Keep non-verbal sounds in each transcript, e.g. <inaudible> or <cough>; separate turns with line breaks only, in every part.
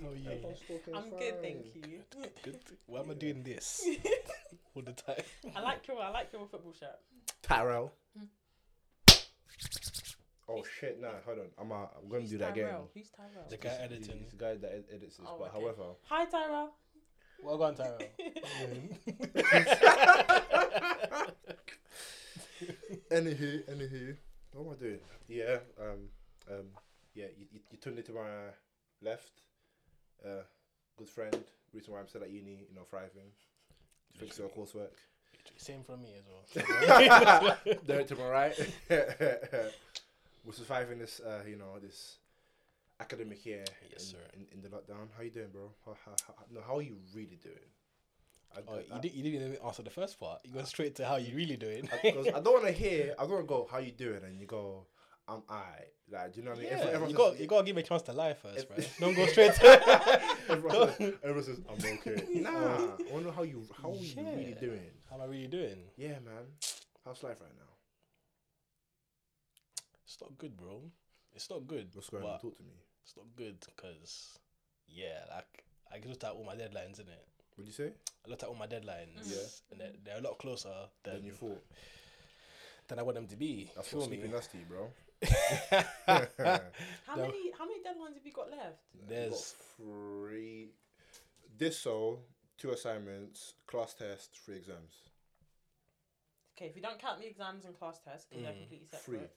Oh,
Scorpio
I'm good, thank you. <laughs>
Good. Why am I doing this all the time?
I like your I like your football shirt.
Parallel.
Oh shit! Nah, hold on. I'm uh, I'm gonna do that again.
Tyrell? Who's Tyrell?
The guy editing.
He's the guy that ed- edits this.
Oh,
but
okay.
however,
Hi Tyrell.
<laughs> Well done, Tyrell.
<laughs>
anywho, anywho, what am I doing? Yeah, um, um, yeah. You, you, you turned it to my left. Uh, good friend. Reason why I'm still at uni. You know, thriving. Fix your coursework.
Same from me as well.
<laughs> There to my right. <laughs> We're surviving this. Uh, you know this. Academic year
Yes,
in,
sir.
In, in the lockdown, how you doing, bro? How, how, how, no, how are you really doing? I,
<laughs> Oh,
I-
you, did, you didn't even answer the first part. You went straight to how you really doing.
because I don't want to hear. I don't want to go. How you doing? And you go, I'm alright. Like, do you know what I mean? <laughs> Everyone-
Yeah,
everyone
you
says-
got you got to give a chance to lie first,
If-
right? Don't go straight to.
<laughs>
<laughs>
everyone, says, everyone says I'm okay. Nah, I want to know how you how you really
Yeah.
doing.
How am I really doing?
Yeah, man. How's life right now?
It's not good, bro. It's not good.
What's going on?
but
Talk to me.
It's not good because yeah, like I looked at all my deadlines in it.
What'd you say?
I looked at all my deadlines,
Yeah.
and they're, they're a lot closer than
Then you thought.
than I want them to be.
That's
Feel
what
me?
sleeping nasty, bro.
<laughs>
<laughs>
How
No.
many how many deadlines have you got left?
You
There's
got three. This so two assignments, class test, three exams.
Okay, if you don't count the exams and class tests, because they're
Mm.
completely separate.
Three.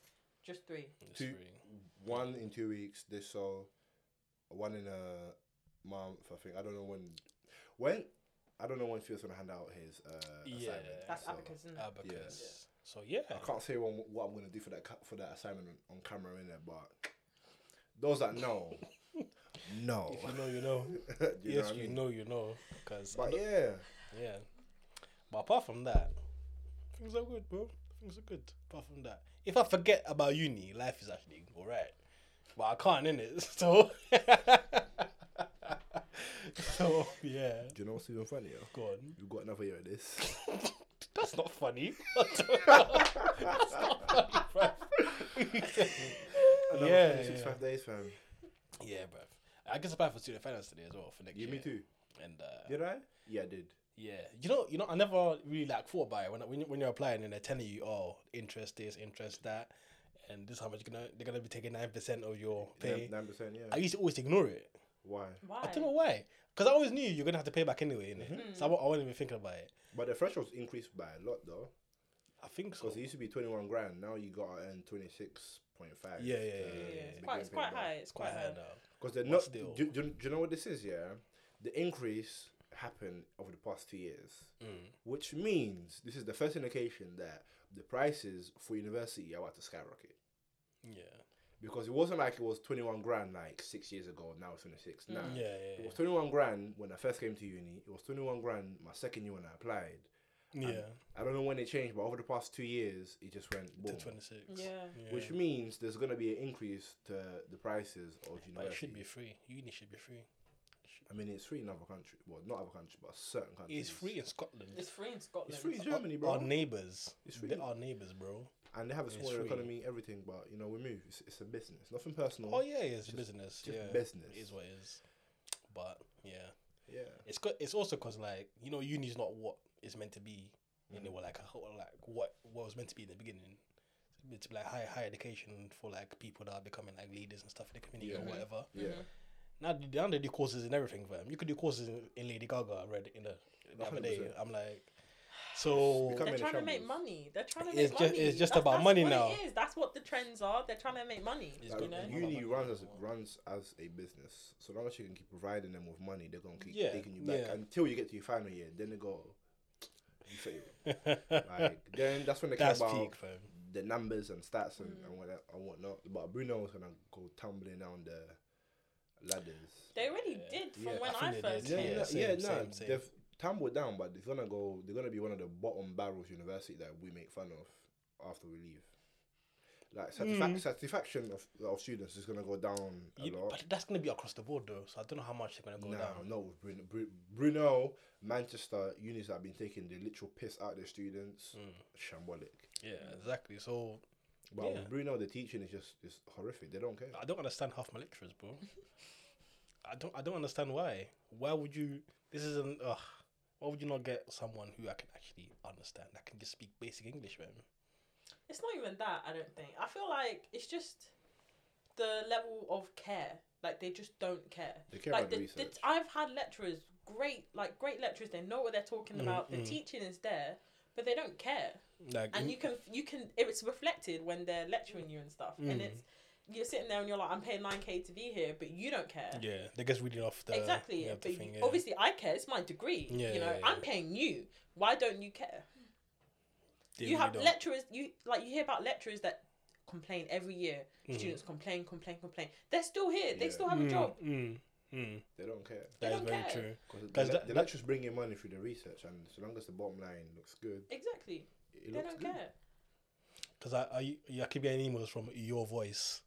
Just three.
there's
two-
three.
One in two weeks. This so one in a month. I think I don't know when. When I don't know when Phil's gonna hand out his uh,
Yeah.
assignment.
That's
so
abacus,
uh,
isn't it?
abacus. So yeah,
I can't say when, what I'm gonna do for that ca- for that assignment on, on camera in there, but those
<laughs>
that know, know.
if you know, you know.
<laughs> Do you know
yes,
what I
you
mean?
know, you know. Because
But yeah,
yeah, but apart from that, things are good, bro. Things are good. Apart from that, if I forget about uni, life is actually alright. But I can't in it, <laughs> so. so yeah,
do you know what's even funnier?
go on.
We've got another year
<laughs>
of this.
That's not funny. <laughs> That's not funny, bruv.
Another
Yeah,
36
yeah.
five days, fam.
Yeah, bruv. I guess apply for student finance today as well for next
You,
year.
me too.
And uh,
Did I? Yeah, I did.
Yeah, you know, you know, I never really like thought about it when when, you- when you're applying and they're telling you, oh, interest this, interest that, and this is how much you're gonna they're gonna be taking nine percent of your pay.
Nine percent.
I
Yeah.
used to always ignore it.
Why?
Why?
I don't know why, because I always knew you're gonna have to pay back anyway, innit?
Mm-hmm.
So I, wa- I wasn't even thinking about it.
But the threshold's increased by a lot though.
I think so.
Because it used to be 21 grand, now you got to earn 26.5.
Yeah, yeah, yeah,
Yeah, yeah, it's quite it's quite high. It's quite high.
now.
Because they're
But
not.
still.
Do, do, do you know what this is, yeah? The increase happened over the past two years,
Mm.
which means this is the first indication that the prices for university are about to skyrocket.
Yeah.
Because it wasn't like it was 21 grand like six years ago, now it's 26. Now,
Mm, yeah, yeah,
Mm. it was 21 grand when I first came to uni, it was 21 grand my second year when I applied.
yeah, yeah.
I don't know when it changed, but over the past two years, it just went boom.
To twenty six.
Yeah.
Which means there's gonna be an increase to the prices of
but
university.
it should be free. Uni should be free.
I mean, it's free in other countries. Well, not other countries, but certain countries.
It's free in Scotland.
It's free in Scotland.
It's free in
Our-
Germany, bro.
Our neighbors.
It's free.
They are neighbors, bro.
and they have a
It's
smaller
free.
economy, everything. But you know, we move. It's, it's a business, nothing personal.
Oh yeah, it's business.
Mm. just
yeah,
business.
It is what it is. But yeah,
yeah.
it's co- it's also because like you know uni's not what it's meant to be.
Mm.
You know, like how- like what what was meant to be in the beginning. It's meant to be like higher higher education for like people that are becoming like leaders and stuff in the community or
Yeah.
whatever.
Mm-hmm.
Yeah,
Now they- now they do courses in everything, fam. You could do courses in, in Lady Gaga. I read in the, the other day.
100%.
I'm like,
<sighs>
so
becoming
They're
a
trying to make
shambles.
money. They're trying to
It's
make
ju-
money.
it's just
That's-
about
that's
money
what
now.
It is. That's what the trends are. They're trying to make money.
It's
Like,
you
good.
know?
You-
uni runs as runs as a business. So long as you can keep providing them with money, they're gonna keep
Yeah,
taking you back
yeah.
until you get to your final year. Then they go,
<laughs>
you fail. like then that's when they care
that's
about
peak, fam.
the numbers and stats and, and what and whatnot. But Bruno was gonna go tumbling down the ladders.
They already did from
Yeah,
I
when I,
think they
first
did,
yeah,
came.
yeah.
no,
same,
yeah, no,
same, same.
they've tumbled down, but they're gonna go. They're gonna be one of the bottom barrels university that we make fun of after we leave. Like
Hmm.
satisfa- satisfaction of, of students is gonna go down a
You-
lot.
but that's gonna be across the board though. So I don't know how much they're gonna go
No,
down.
not with Bruno. Bru- Bruno, Manchester unis have been taking the literal piss out of their students. Shambolic.
Yeah, exactly. So
But
Yeah.
with Bruno, the teaching is just is horrific. They don't care. <laughs>
I don't understand half my lecturers, bro. I don't I don't understand why. Why would you? This is an ugh. Why would you not get someone who I can actually understand? I can just speak basic English, man.
It's not even that, I don't think. I feel like it's just the level of care. Like they just don't care.
They care
like
about the,
the, the,
research.
I've had lecturers, great like great lecturers, they know what they're talking
Mm,
about. The
mm.
teaching is there, but they don't care.
Like
And
in-
you can you can it's reflected when they're lecturing you and stuff. And
Mm.
it's you're sitting there and you're like, I'm paying nine K to be here, but you don't care.
yeah, they gets reading off the
exactly.
yeah, the
but you-
thing, yeah.
obviously I care, it's my degree.
Yeah,
you know,
yeah, yeah.
I'm paying you. Why don't you care?
They
you
really
have
don't.
lecturers you like you hear about lecturers that complain every year
Mm.
students complain complain complain they're still here they
Yeah.
still have a
Mm,
job
Mm, mm.
They don't care.
They
That is
don't
very
care.
true.
Because the,
Does
le-
that-
the lecturers bring in money through the research, and so long as the bottom line looks good,
exactly
it
they
looks
don't
good.
care
Because I, I yeah, I keep getting emails from your voice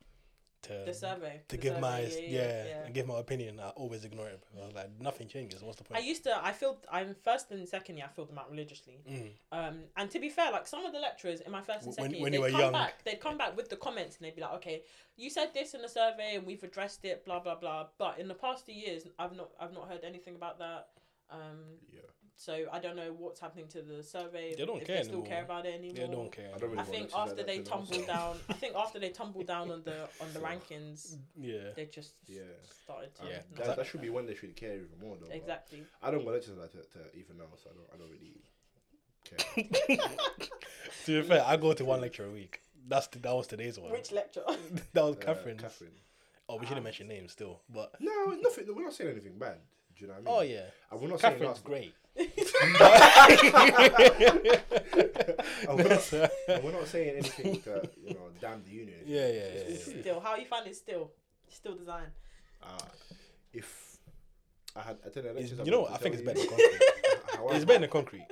to
the survey
to
the
give
survey,
my yeah,
yeah.
and give my opinion. I always ignore it. I was like, nothing changes. What's the
I
point?
used to. I filled. I'm first and second year. I filled them out religiously.
Mm.
Um, and to be fair, like some of the lecturers in my first and
When-
second year,
when
they'd
you were
come
young.
back. They'd come back with the comments, and they'd be like, "Okay, you said this in the survey, and we've addressed it, blah blah blah." But in the past two years, I've not. I've not heard anything about that. Um,
Yeah,
So I don't know what's happening to the survey.
They don't
if
care
they still care
anymore.
about it anymore.
Yeah, don't care.
I don't really
I
want
think
lecturers
after
like
they
that to know.
tumbled down, I think after they tumbled down on the on the rankings,
Yeah.
they just
Yeah.
started to.
Um,
Yeah.
not
that,
care.
that should be when they should care even more though. but
exactly.
I don't go lectures like that to, to even know, so I don't. I don't really care.
to be fair, I go to one lecture a week. That's the, that was today's one.
Which lecture?
<laughs>
<laughs>
that was
Uh,
Catherine's.
Catherine.
Oh, we shouldn't
Ah.
mention names still, but
No, it's nothing. We're not saying anything bad. Do you know what I mean?
oh yeah,
And we're not saying
Catherine's
that's <laughs>
great.
And we're, not,
<laughs>
and we're not saying anything to you know damn the union.
Yeah, yeah, yeah,
It's
yeah.
<laughs>
true.
still, how you find it? Still, still design.
Uh, if I had attended
It's-
lectures,
you know,
would
what? I think it's
tell
better
you.
than concrete.
<laughs> However,
it's better than concrete.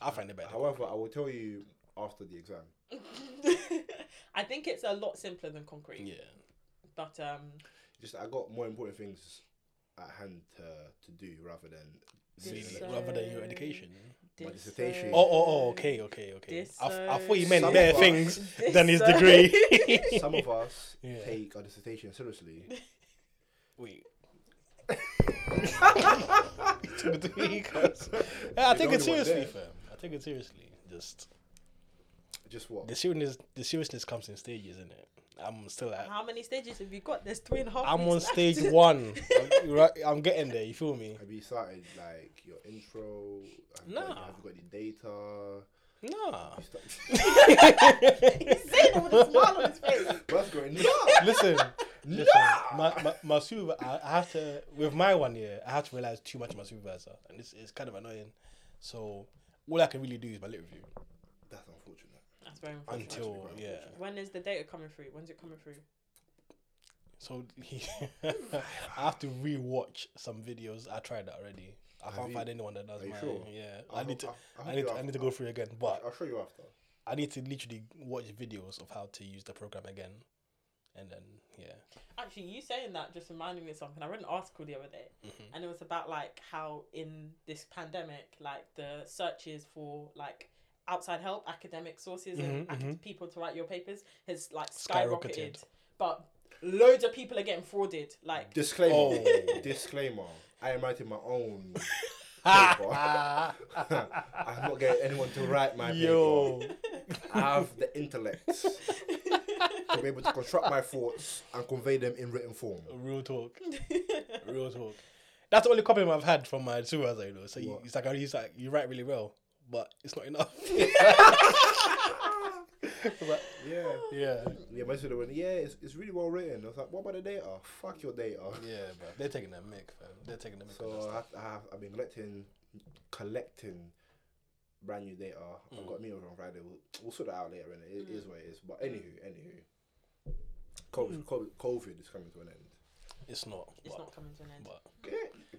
I find it better.
However, I will tell you after the exam.
<laughs> I think it's a lot simpler than concrete,
Yeah,
but um,
Just I got more important things at hand to, to do rather than
really,
This,
Like,
uh,
rather than your education.
My
this,
dissertation.
uh,
Oh, oh, oh, okay, okay, okay.
This,
I, f- I
uh,
thought you meant
Some
better
of us-
things
<laughs> this,
than his
uh,
degree.
<laughs>
<laughs>
<laughs>
some of us
Yeah.
take our dissertation seriously.
<laughs> Wait. Two to three cuts. Yeah, I
You're
take it
the only one
seriously,
there.
fam. I take it seriously. Just
Just what?
the seriousness, the seriousness comes in stages, isn't it? I'm still at.
How many stages have you got? There's three and a half.
I'm on
weeks left. <laughs>
stage one. I'm, right, I'm getting there. You feel me?
Have you started like your intro? Have you
Nah.
got, have you got
<laughs>
the data?
Nah.
You start- <laughs>
He's saying it with a smile on his face.
<laughs>
That's going no.
Listen. Listen, my, my, my supervisor, I, I have to, with my one year, I have to realize too much of my supervisor, and it's, it's kind of annoying. So, all I can really do is my lit review
That's unfortunate.
That's very unfortunate.
until,
very
yeah.
unfortunate.
When is the data coming through? When's it coming through?
So, he, <laughs> I have to re watch some videos. I tried that already. I
Have
can't
you?
find anyone that does
Are you
mine.
sure?
Yeah.
I'll-
I need to.
I'll- I'll
I need,
show
to,
you
I need to
after.
go through again, but
I'll show you after.
I need to literally watch videos of how to use the program again, and then yeah,
Actually, you saying that just reminded me of something. I read an article the other day,
<laughs>
Mhm.
and it was about like how in this pandemic, like the searches for like outside help, academic sources, and
Mhm,
acad- people to write your papers has like skyrocketed.
Skyrocketed.
But loads of people are getting frauded. Like
Disclaimer.
Oh.
<laughs> Disclaimer. I am writing
<laughs>
my own.
Ah.
<laughs> I'm not getting anyone to write my
Yo.
paper. I have the intellect to be able to construct my thoughts and convey them in written form.
real talk, real talk. That's the only compliment I've had from my supervisor, you know. So you,
What?
it's like, oh, he's like, you write really well, but it's not enough. but,
Yeah.
<laughs> yeah,
Yeah, most of them went, yeah, it's, it's really well written. I was like, what about the data? Fuck your data.
yeah, but they're taking their mic, fam. They're taking the mic. on that
So I
stuff.
have, I have, I've been collecting, collecting brand new data.
Mm.
I've got a meeting on Friday. We'll, we'll sort it out later, and it is what it is. But anywho, anywho,
Mm.
COVID, COVID, COVID is coming to an end.
it's not.
<laughs> it's
but-
not coming to an end.
but-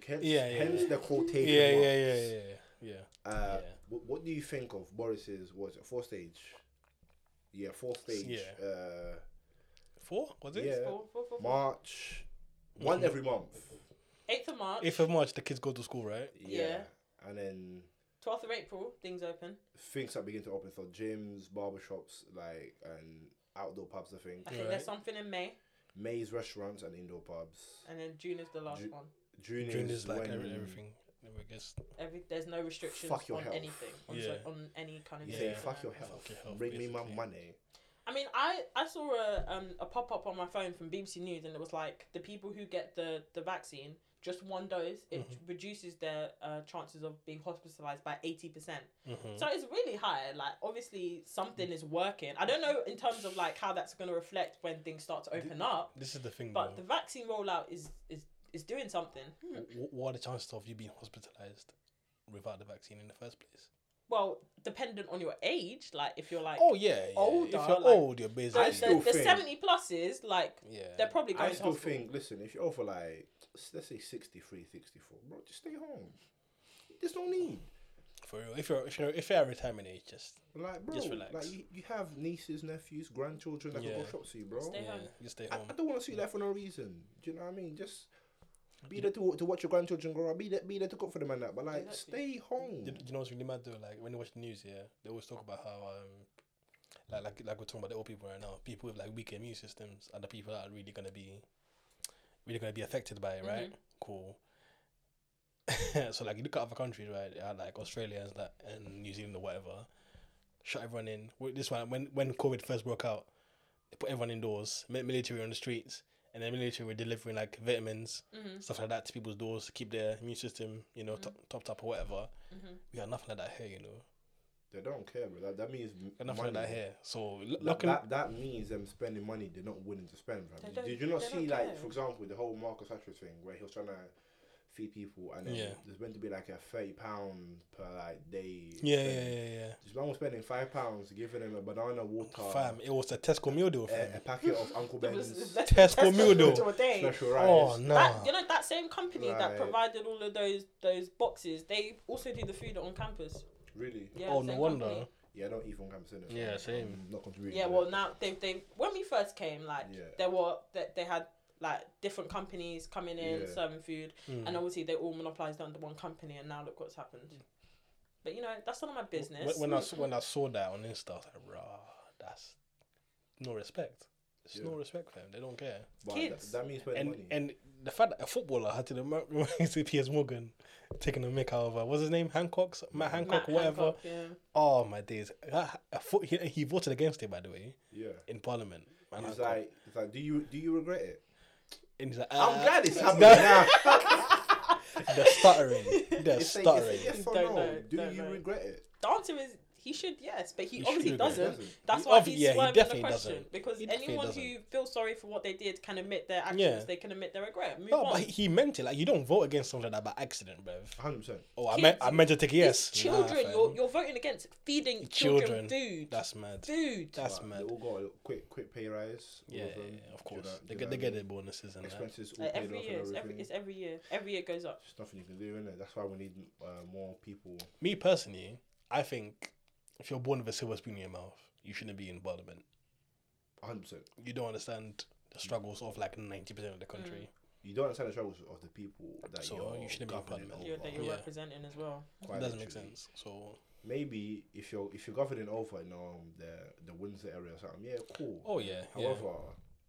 Hence,
Yeah, yeah,
hence
yeah.
the quotation.
yeah, yeah,
mark.
yeah, yeah, yeah, yeah.
Uh,
Yeah.
What, what do you think of Boris's was it four stage? Yeah, four stage.
Yeah.
Uh,
Four was it?
yeah.
Four- four- four- four.
March,
Mm-hmm.
one every month.
Eighth of March,
Eighth of March, the kids go to school, right?
Yeah.
And then
twelfth of April, things open.
things that begin to open for gyms, barbershops, like and outdoor pubs. I think
I think
Right.
there's something in May.
May's restaurants and indoor pubs.
and then June is the last
Ju-
one.
June,
June
is,
is like
when
every,
you-
everything. I guess
Every there's no restrictions
Fuck your
on
health.
anything on, so-
Yeah.
on any kind of.
You
Yeah.
say
thing.
fuck your
Fuck
health.
your health,
Bring me my
basically.
money.
I mean, I I saw a um a pop up on my phone from BBC News, and it was like the people who get the the vaccine just one dose, it
Mhm.
reduces their uh, chances of being hospitalized by eighty percent.
Mhm.
So it's really high. Like obviously something is working. I don't know in terms of like how that's going to reflect when things start to open up,
this is the thing.
but the
though.
vaccine rollout is is is doing something. Hmm.
W- what are the chances of you being hospitalized without the vaccine in the first place?
Well, dependent on your age, like if you're like
oh yeah, yeah.
older,
if you're
like-
old, you're
the,
I
basically
still
the
think-
seventy pluses, like
yeah.
they're probably going
I
to
still
hospital.
think, listen, if you're over like, s- let's say 63, 64, bro, just stay home. There's no need.
for real. If you're if you're if you're at retirement age, just
Like, bro,
Just relax.
like you, you have nieces, nephews, grandchildren that can
Yeah.
go shop to you, bro.
Stay
yeah,
home.
just stay
I,
home.
I don't want to see that for no reason. Do you know what I mean? Just be there to, to watch your grandchildren grow up. Be there, be there to cook for them and that. But like,
Exactly.
stay home.
You, you know what's really mad though? Like when you watch the news, yeah, they always talk about how um, like like like we're talking about the old people right now. People with like weak immune systems are the people that are really gonna be, really gonna be affected by it, right? Cool. <laughs> so like you look at other countries, right? yeah, Like Australia and that, and New Zealand or whatever, shut everyone in. Wh- This one when when COVID first broke out, they put everyone indoors, mi- military on the streets, and then military were delivering like vitamins,
Mhm.
stuff like that to people's doors to keep their immune system, you know, top topped up or whatever
Mhm.
we got nothing like that here, you know.
They don't care, bro. That, that means m-
Got nothing
money.
like that here. So l-
That,
looking,
that, that means them spending money they're not willing to spend,
They
bro.
don't-
Did you not
they
see,
don't
like,
care.
for example, the whole Marcus Hatcher thing where he was trying to feed people and then
Yeah.
there's meant to be like a £30 per like day.
yeah, yeah,
spending.
yeah, yeah.
This man was spending £5 pounds giving him a banana water,
Fam, it was a Tesco meal deal, fam.
a, a packet of Uncle
That was-
Ben's
that's-
Tesco
that's
meal
<laughs> the
deal.
to a day.
special rice.
oh no,
That, you know that same company that
Right.
provided all of those those boxes, they also do the food on campus.
Really?
Yeah,
oh no
same
wonder.
company.
Yeah, I don't even come to it.
Yeah, same.
I'm not contributing.
Yeah,
to
well
that.
now they they when we first came, like
Yeah.
there were that they, had like different companies coming in
Yeah.
serving food,
Mm.
and obviously they all monopolized under one company, and now look what's happened. But you know that's none of my business. Mm,
When, when I s- when I saw that on Insta, I was like, rah, that's no respect. It's no
Yeah.
respect, fam. They don't care.
But
kids.
That, that means spending
and
money.
and the fact that a footballer had to the mo- <laughs> reminds me of Piers Morgan taking a mick out of uh, what's his name Hancock's Matt Hancock
Matt
whatever.
Hancock, yeah.
Oh my days! That- a foot, he, he voted against it by the way
yeah.
in Parliament. Matt
It's
Hancock.
like, it's like, do you do you regret it?
and he's like,
I'm
"Ah." <laughs>
glad it's happening
that-
now.
<laughs> They're
<laughs>
stuttering. They're
It's like, it's
stuttering.
like, yes or
Don't
no?
know,
do
don't
you
know.
regret it?
The answer is he should yes, but he,
He should
obviously
regret it.
doesn't.
Doesn't.
That's
He
why
obvi-
he's
yeah, he
swerving the
definitely
question
doesn't.
because
He definitely
anyone who
doesn't.
feels sorry for what they did can admit their actions.
Yeah.
They can admit their regret. Move
No,
on.
but he meant it. Like you don't vote against something like that by accident, bruv.
100. percent
Oh, I
Kids-
meant I meant to take a yes.
It's
Nah,
children,
fam.
you're you're voting against feeding children,
Children.
food.
That's mad.
food.
That's
They
mad.
all got a quick quick pay rise. all
Yeah,
them.
yeah,
Do
of
you
course.
know- do
they get
you know
they
what I
get
mean?
their bonuses and that.
expenses all
Like,
paid
every
off
year,
and
it's every,
everything.
it's every year. Every year goes up.
There's nothing you can do in it. That's why we need uh, more people.
Me personally, I think if you're born with a silver spoon in your mouth, you shouldn't be in parliament.
100. percent
You don't understand the struggles of like ninety percent of the country.
Mm.
You don't understand the struggles of the people that
So,
you're
you shouldn't be in
governing
parliament.
over.
You're, that you're
Yeah.
representing as well.
quite
it doesn't make
literally.
sense. So
Maybe if you're if you're governing over in um the the Windsor area or something, yeah, cool.
oh yeah, yeah.
However,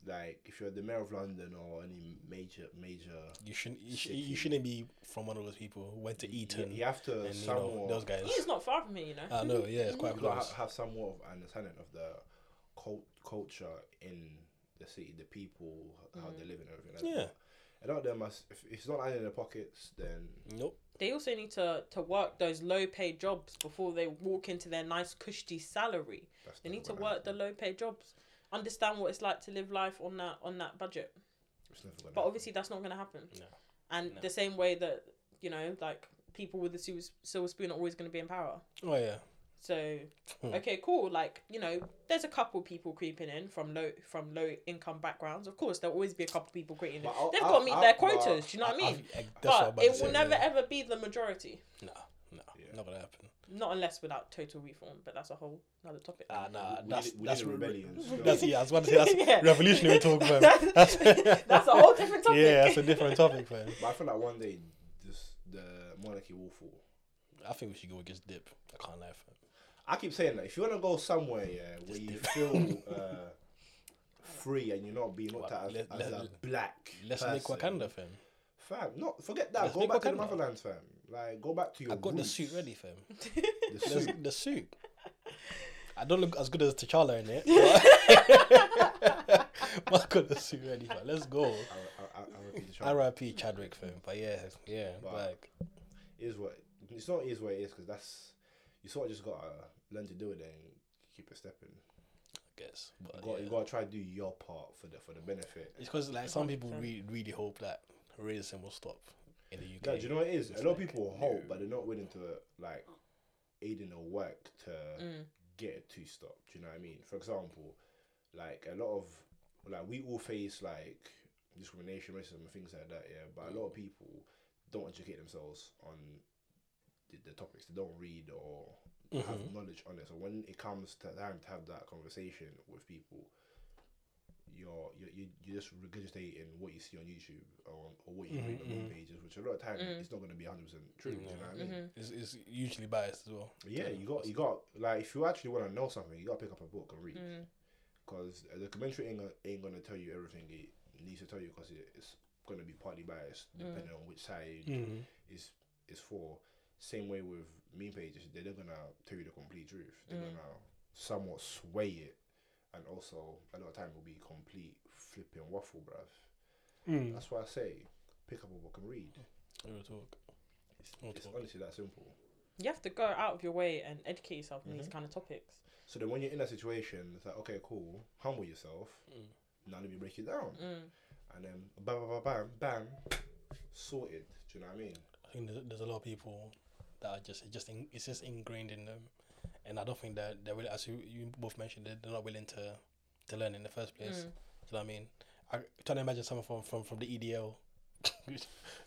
like if you're the mayor of London or any major major,
You shouldn't you, sh-
City.
you shouldn't be from one of those people who went to
you,
Eton
you have to
and you
somewhat
know those guys.
He's not far from here, you know.
I know, yeah, it's quite
you gotta
close.
have, have somewhat of understanding of the cult, culture in the city, the people, how
Mm.
they live and everything. Like
Yeah.
that. A lot of them must. If it's not lying in their pockets, then
Nope.
They also need to, to work those low paid jobs before they walk into their nice cushy salary.
that's
They
not
need to
gonna
work the
happen.
low paid jobs. Understand what it's like to live life on that on that budget.
It's never gonna
But
happen.
obviously that's not gonna happen.
No.
And
No.
the same way that, you know, like people with the silver, silver spoon are always gonna be in power.
Oh yeah.
So
Hmm.
okay, cool. Like you know, there's a couple people creeping in from low from low income backgrounds. Of course, there'll always be a couple people creeping in.
But I'll-
They've
I'll-
got to meet
I'll-
their
but
quotas. Do you know what I mean?
I- I- eh, that's what I'm
But
about to
it will
say,
never
yeah.
ever be the majority.
No, no,
Yeah.
not gonna happen.
Not unless without total reform. But that's a whole another topic.
Ah,
<laughs>
nah,
We- we
that's
need- we
that's
need a
re-
rebellion, so-
That's yeah. I was about to say that's
Yeah.
revolutionary talk, man.
<laughs> that's,
That's, <laughs>
that's a whole different <laughs> topic.
yeah, that's a different topic, man.
But I feel like one day this the monarchy will fall.
I think we should go against Dip. I can't lie. Fam. <laughs>
I keep saying that if you want to go somewhere, yeah, where you feel uh, free and you're not being looked
Well,
at as,
let-
as
let-
a black
Let's
person,
make Wakanda, fam.
Fam, no, forget that.
Let's
go
make
back to the
Wakanda.
motherlands, fam. Like, go back to your
I've got the
roots.
suit ready, fam.
The
There's
suit.
the suit. I don't look as good as T'Challa in it. But
<laughs>
<laughs> I've got the suit ready, fam. Let's go.
I, I, I, I repeat the show.
R.I.P. Chadwick, fam. But yeah, yeah,
Wow.
like
It is what it's not. Is what it is because that's you sort of just gotta learn to do it and keep it stepping.
I guess.
You
But
got
yeah.
you gotta try to do your part for the for the benefit.
It's because like some people
100%.
really, really hope that racism will stop in the UK.
Yeah, do you know what it is?
It's
A lot of
like,
people
no.
hope, but they're not willing to like aid in the work to
Mm.
get it to stop. Do you know what I mean? For example, like a lot of like we all face like discrimination, racism, and things like that. Yeah, but a lot of people don't educate themselves on the, the topics. They don't read or have
Mhm.
knowledge on it. So when it comes to time to have that conversation with people, you're you're, you- you're just regurgitating what you see on YouTube or, or what you
Mhm,
read on
mhm.
web pages, which a lot of time
Mm.
it's not going to be hundred percent true. Do you know what I mean?
Mhm.
It's, it's usually biased as well.
Yeah, you got you got like if you actually want to know something, you got to pick up a book and read
Mm.
because the commentary ain't, gonna- ain't gonna tell you everything it needs to tell you because it, it's gonna be partly biased
Mm.
depending on which side
hmm
is is for. Same way with meme pages, they're not gonna tell you the complete truth. They're
Mm.
gonna somewhat sway it, and also a lot of time will be complete flipping waffle, bruv.
Mm.
That's why I say pick up a book and read.
Real talk.
It's,
Real
it's
talk.
honestly that simple.
You have to go out of your way and educate yourself on these
Mm-hmm.
Mhm.
kind of topics.
So then when you're in that situation, it's like okay, cool, humble yourself.
Mm.
Now let me break it down,
Mm.
and then bam, bam, bam, bam, bam, sorted. Do you know what I mean?
I think there's, there's a lot of people that are just it just in, it's just ingrained in them, and I don't think that they're really, as you, you both mentioned they're, they're not willing to to learn in the first place. Do
Mm.
you know what I mean? I trying to imagine someone from from, from the EDL <laughs>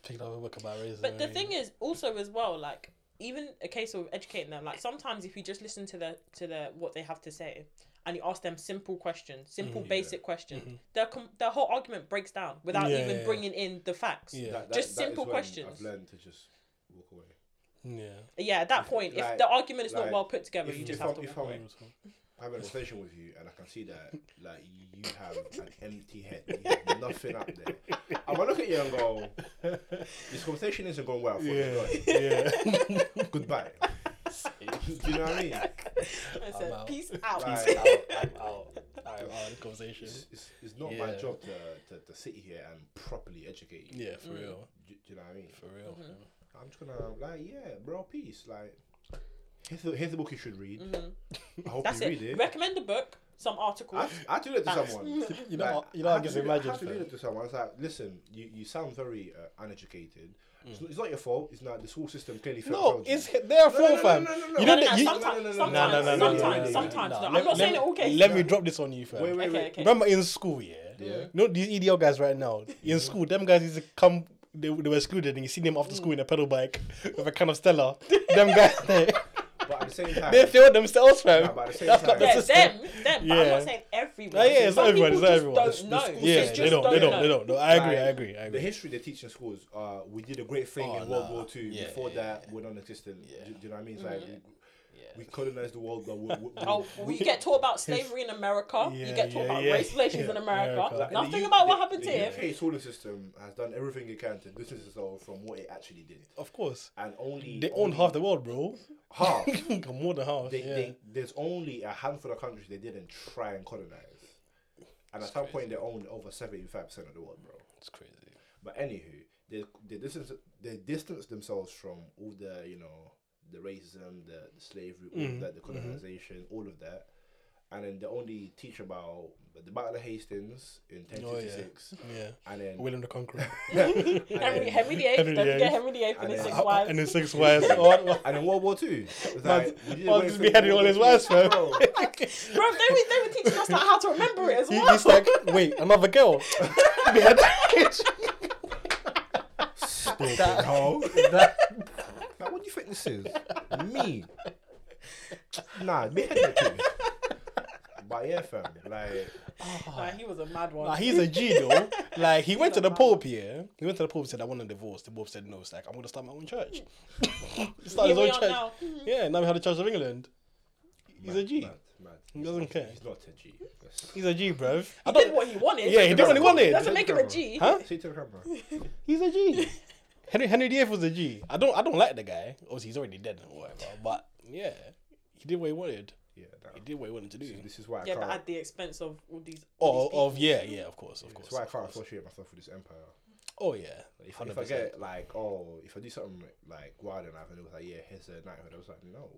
picking up a book about racism.
But the thing is, also as well, like even a case of educating them. Like sometimes if you just listen to the to the what they have to say, and you ask them simple questions, simple
Mm-hmm.
Mhm.
basic questions, their com- their whole argument breaks down without
Yeah,
even
yeah, yeah.
bringing in the facts.
Yeah.
Just
is
simple
when
questions.
I've learned to just walk away.
yeah.
Yeah, at that
If-
point,
like-
if the argument is not
like,
well put together,
if-
you
if
just have
I'm-
to.
if
walk
I'm-
away.
Real talk.
I have a conversation with you, and I can see that like you have an empty head. You have nothing up there. I'm gonna look at you and go, "This conversation isn't going well." For <laughs>
Yeah,
you.
yeah.
Goodbye. <laughs>
<laughs>
Do you know what I mean?
<laughs> I
I'm
said,
out.
peace out.
Like,
I'm out. I'm out of the conversation.
It's, it's, it's not my
Yeah.
job to, to, to sit here and properly educate you.
Yeah, for real.
Do, do you know what I mean?
For real.
Mm-hmm.
fam.
I'm just gonna like, yeah, bro, peace. Like, here's the, here's the book you should read. <laughs> I hope
Mm-hmm. That's
you
it.
read it.
Recommend a book, some
I,
articles.
I do that to someone.
<laughs> You know,
Like,
you know,
I
I
had
guess
to do-
imagine.
I had to do
fam.
that to someone. It's like, listen, you, you sound very uh, uneducated.
Mm.
It's, not, it's not your fault. It's not the school system clearly
No,
failed.
it's their
no, no,
fault, fam.
no, no, no.
You
No,
know
no, no,
that you.
sometimes,
no, no, no,
sometimes,
no, no, no, no,
sometimes,
no,
sometimes.
no,
No,
no.
I'm not
let
saying
me,
it all cases.
Let me drop this on you, fam.
Wait, wait,
Okay,
wait.
okay.
Remember in school, yeah?
Yeah.
You know these EDL guys right now
Mm-hmm.
in school. Them guys used to come. They, they were excluded, and you see them
Mm.
after school in a pedal bike with a can of Stella. them guys, <laughs> they,
But at the same time,
they failed themselves, fam.
Nah, but at the same
That's not
time-
the
Yeah,
system.
them, them. But I'm
Yeah.
not saying everyone.
Yeah, yeah, it's
Some
not everyone. It's
people
not
just
everyone.
the
Don't know.
school
Yeah,
system
they
just
don't. They
don't
don't. They
know.
don't. No, I agree. I
Like,
agree. I
the
agree.
history they teach in schools, uh, we did a great thing
Oh,
in World
nah.
War Two.
Yeah,
Before
yeah,
that, we're non-existent.
Yeah. Mm-hmm.
Do, do you know what I mean? It's like we-
Yeah.
we colonized the world, but we,
<laughs>
we, we,
Oh, well, you get taught <laughs> about slavery in America. you
Yeah,
get taught
yeah,
about
yeah.
race relations in
Yeah,
America.
America.
like, in the
Nothing
U-
about what
the-
happened to him.
The UK schools system has done everything it can to distance itself from what it actually did,
Of course,
and only
they own
only
half the world, bro.
half.
<laughs> More than half.
they,
yeah.
they, there's only a handful of countries they didn't try and colonize, and at some point they owned over seventy five percent of the world, bro.
It's crazy.
But anywho, they they distance they distance themselves from all the you know the racism, the, the slavery, all
Mm,
of that, the
mm-hmm.
colonization, all of that, and then they only teach about the Battle of Hastings in ten
Oh
sixty six,
yeah. Oh, Yeah.
and then
William the Conqueror.
<laughs>
<laughs>
and
Henry,
then-
Henry VIII.
Henry
don't
VIII.
forget Henry VIII and
And,
his <laughs> six
uh,
wives.
and his six
<laughs>
wives. Oh, what-
and then World War Two. It was
Man's-
we didn't
man's
wait
just
for
be having
World
all
War
his
Two,
wives, fam.
bro.
<laughs>
Bro, they were, they were teaching us like how to remember it as
He-
well.
he's like, wait, another girl. <laughs> We had
Stupid hoe.
<laughs>
Like, what do you think this is? me. Nah, me and the two. But yeah, fam. Like,
Nah, he was a mad one.
Nah, he's a G though. Like he went to the Pope, yeah. He went to the Pope said, I want a divorce. The Pope said no, it's like I'm gonna start my own church. <laughs> he started
Here
his
we
own
are
church.
now.
Yeah, now we had the Church of England. He's a G.
Mad, mad.
He doesn't care.
He's not a G. Yes.
He's a G, bruv. I
He
don't.
did what he wanted.
Yeah, he did what he wanted.
Doesn't make him a G.
Huh?
Say to the camera.
<laughs>
He's a G. <laughs> Henry Henry VIII was a G. I don't I don't like the guy. Obviously, he's already dead and whatever. But yeah, he did what he wanted.
Yeah,
He
nah.
did what he wanted to do.
This is- This is why I
Yeah, but
can't.
at the expense of all these. all
Oh,
these
of
people.
yeah, yeah, of course, of course.
That's why I
of
can't
course.
associate myself with this empire.
Oh yeah,
Like, if,
hundred
if I
percent.
get like, oh, if I do something like wild in life, and it was like, yeah, here's a knighthood, I was like, no,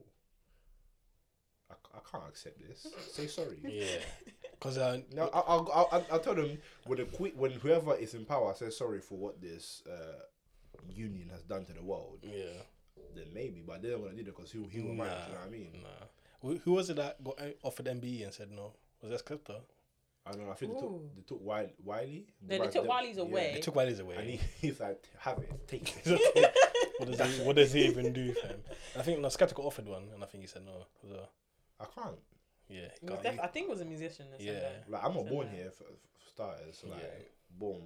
I, c- I can't accept this. Say sorry.
Yeah, because uh,
No, I- I'll, I'll, I'll, I'll tell them when the que- when whoever is in power says sorry for what this uh, union has done to the world,
yeah,
then maybe, but they're not gonna do that because who who am I? You
Nah.
know what I mean?
nah. Who, who was it that got uh, offered MBE and said no? Was that Skepta?
I don't know. I think they
Ooh.
took they took Wiley. Wiley
No, they took Wiley's
They
away.
took Wiley's
<laughs>
<laughs>
And he,
away.
he's like, have it, take
<laughs>
it.
what does he What does he even do, fam? I think no, Skepta got offered one, and I think he said no. as well.
I can't.
yeah,
He was
can't-
def- I think he was a musician. Or
Yeah.
something.
Like I'm not
So
born
no.
here for, for starters. So, like,
Yeah.
boom.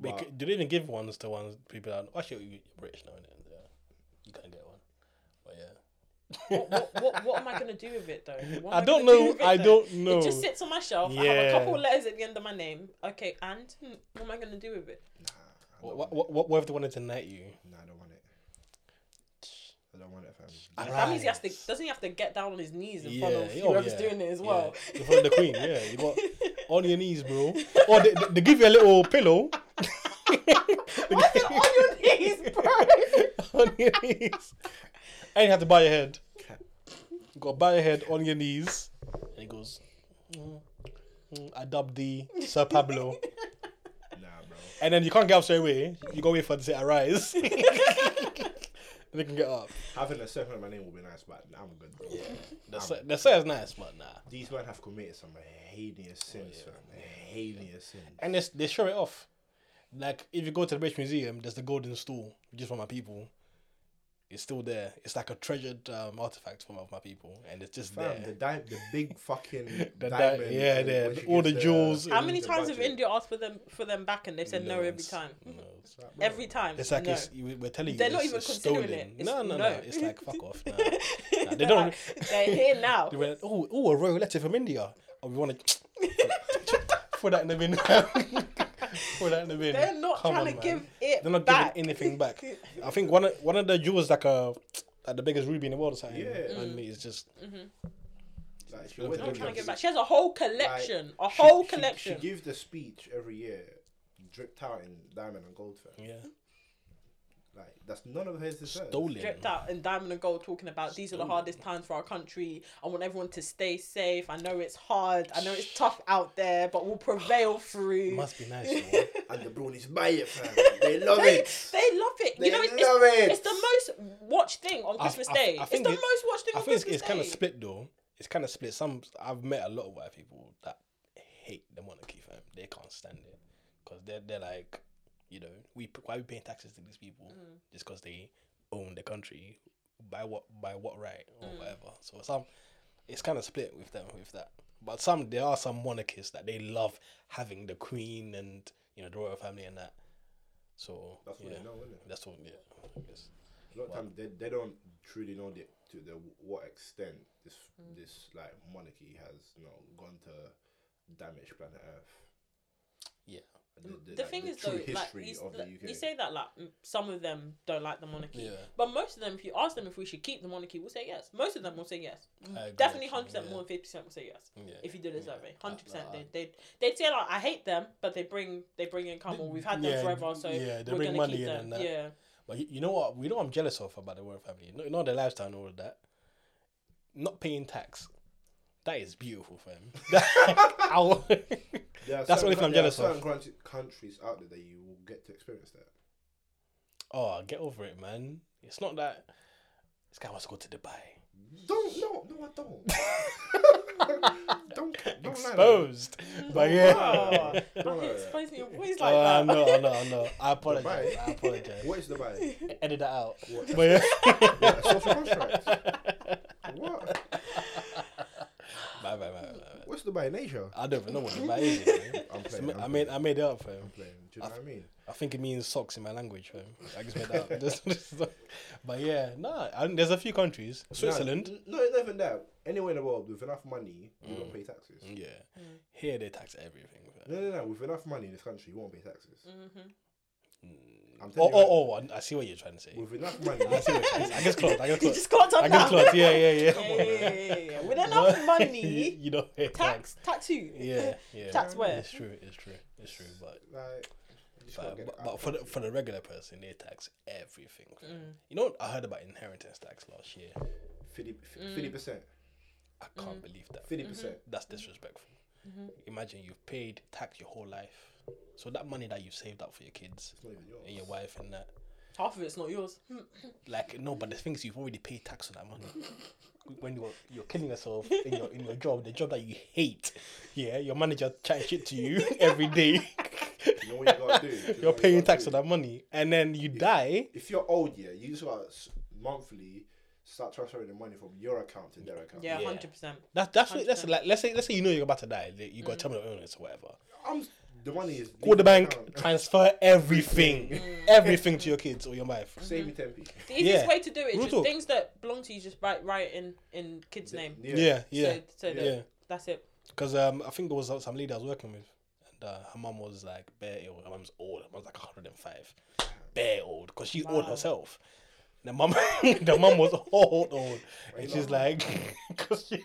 Wait,
But-
c- do they even give ones to ones people that actually you- you're British now and then? Yeah. You can't get one. But yeah.
what, what, what, what am I gonna do with it though? What am
I don't
gonna do
know.
with eh? it,
I
though?
don't know.
It just sits on my shelf. I have
Yeah.
a couple of letters at the end of my name. Okay, and Hmm, what am I gonna do with it?
Nah, I
What,
don't
what,
want
what, what if they wanted to knight you?
it. Nah, I don't want it. I don't want it, fam.
<laughs> I
That means he has to.
Right.
Doesn't he have to get down on his knees and
Yeah,
follow
yeah, oh,
whoever's
yeah,
doing it as
yeah.
well?
You follow the queen, yeah. You
<laughs>
got on your knees, bro. Or they, they- they give you a little pillow. <laughs>
Why is it on your knees,
<laughs>
bro?
on your knees. And you have to bow your head. You got to bow your head on your knees. And he goes, "Mm, mm, I dubbed thee Sir Pablo.
Nah, bro.
And then you can't get up straight away. You go wait for it to say arise. <laughs> and they can get up.
Having a second of my name would be nice, but I'm good. Bro.
The
I'm-
sa- the sire's nice, but nah.
These men have committed some heinous
Oh,
sins, fam. Heinous sins.
And they, they show it off. Like, if you go to the British Museum, there's the golden stool, which is for my people. It's still there. It's like a treasured um, artifact for my, my people. And it's just
Fam, the
there.
di- the big fucking
<laughs> The di-
diamond.
yeah,
and
there,
when she
all
gives
the jewels.
How
in
many
the
times have
budget.
India asked for them for them back and they've said no, every
it's-
time?
no, it's-
Like, bro,
Every time.
It's like
no. <laughs>
it's, you- we're telling you.
They're not
it's-
even
it's
considering
stolen.
it. It's-
no, no, no,
no.
It's like fuck off.
<laughs>
Nah. Nah, they
They're
don't.
like, they're here now.
<laughs> They went, oh, oh, a royal letter from India. Oh, we want to <laughs> put that in the bin. <laughs> put that in the bin.
They're not
Come on,
trying to
man.
give it
They're not
back.
giving anything
<laughs>
back. I think one of one of the jewels like a like the biggest ruby in the world or something.
Yeah.
and it's just
Like, she
They're
went
not
I'm
to
trying to
the-
give back. She has a whole collection. a
she-
whole
she-
collection.
She gives the speech every year, dripped out in diamond and gold, fam.
yeah,
Like that's none of hers deserves.
stolen.
Dripped out in diamond and gold, talking about these are the hardest times for our country. I want everyone to stay safe. I know it's hard. I know it's tough out there, but
<sighs>
we'll prevail through.
Must be nice. you know.
And the bronies buy
<laughs>
it, fam. They love
they,
it.
they love it.
They
you know, it's,
love
it's,
it.
it's the most watched thing on
I-
Christmas
I-
Day.
I
it's
think
the
it-
most watched thing
I
on
think it's,
Christmas
it's kind of
Day.
split though. It's kind of split. Some I've met a lot of white people that hate the monarchy, fam. They can't stand it because they're they're like, you know, we p- why we paying taxes to these people just because they own the country by what by what right or whatever. So some it's kind of split with them with that. But some there are some monarchists that they love having the queen and you know the royal family and that. So
That's what
yeah,
they know, isn't it?
that's what yeah. I guess.
A lot of times they, they don't truly know the, to the what extent this
Mm.
this like monarchy has you know gone to damage planet Earth.
Yeah.
The,
the thing is
true
though, like
history
you, s-
of the
like,
UK.
you say that like m- some of them don't like the monarchy,
Yeah.
but most of them, if you ask them if we should keep the monarchy, will say yes. Most of them will say yes.
I agree,
Definitely,
actually,
hundred percent
yeah.
more than fifty percent will say yes.
Yeah.
If you did a
Yeah.
survey, hundred percent,
Uh,
they they they'd say like I hate them, but they bring they bring in Kamal. We've had them
yeah,
forever, so
yeah, they
we're
bring
gonna
money
keep
in
them.
and that.
Yeah,
But you, you know what? We know what I'm jealous of about the royal family. You know, you know their lifestyle and all of that. Not paying tax. That is beautiful, <laughs> fam. Ow.
There are
That's the
certain
only thing I'm
coun- there are
jealous of.
Certain country- countries out there that you will get to experience that.
<laughs> oh, get over it, man. It's not that. This guy wants to go to Dubai.
Don't no no I don't. don't don't lie.
Exposed.
Mm.
But yeah.
Wow.
<laughs>
Don't
He
lie.
exposed your voice like
Oh, I
that.
know, I know, I know. I apologize.
Dubai.
I apologize.
What is the buy?
Edit that out.
What?
But yeah.
What, a social contract. what?
bye, bye, bye, bye, bye.
What's the buy in Asia?
I don't even know what Dubai is. you know.
I'm
It's
playing.
ma- I
I'm
made,
playing.
I made it up, fam.
I'm playing. you know what I mean?
I think it means socks in my language. fam. I just made <laughs> that. up. Just- just- but yeah, nah. I mean, there's a few countries. Switzerland.
No, no, not even that. Anywhere in the world with enough money, you
Mm.
don't pay taxes.
Yeah. Here they tax everything. fam.
No, no, no. With enough money in this country, you won't pay taxes.
Mm-hmm.
I'm
Oh,
telling you.
oh, oh! I- I see what you're trying to say.
With enough money,
Mm. <laughs> I see what you're trying to say. I guess close. I guess
<laughs> You
close.
just caught up
I guess
now.
close. Yeah, yeah, yeah.
<laughs> yeah, yeah, yeah, yeah, yeah.
<laughs>
With enough money,
you know,
tax, tax who?
Yeah, yeah.
<laughs> Tax where?
It's true. It's true. It's true. But
like, you just gotta
but,
get
but,
it
but
out.
for the for the regular person, they tax everything.
Mm.
You know, what I heard about inheritance tax last year.
50 50 percent,
I can't
Mm.
believe that.
fifty percent.
That's disrespectful. Imagine you've paid tax your whole life, so that money that you saved up for your kids
It's not even yours.
and your wife and that,
Half of it's not yours. Hmm.
like, no, but the thing is, you've already paid tax on that money. When you're you're killing yourself in your in your job, the job that you hate, yeah, your manager chatting shit to you every day.
You know what you gotta do? You know
you're
what you
paying
gotta
tax
do?
on that money, and then you die.
If you're old, yeah, you just gotta s- monthly start transferring the money from your account to their account.
Yeah,
Yeah.
hundred percent.
That, that's what, that's like let's say let's say you know you're about to die, that you got terminal illness or whatever.
I'm, the money is
Call the bank,
account.
<laughs>
transfer everything, everything to your kids or your wife.
Save
Mm-hmm.
me ten p.
The easiest
Yeah.
way to do it is
Real
just
talk.
things that belong to you, just write write in in kid's name.
Yeah, yeah,
So, so that,
Yeah.
that's it.
because um, I think there was uh, some lady I was working with, and uh, her mum was like bare ill. Her mum's old. Her mum's like 105, bare old, because she's old herself. The mum, <laughs> the mum was old, old, and she's like, <laughs> because she,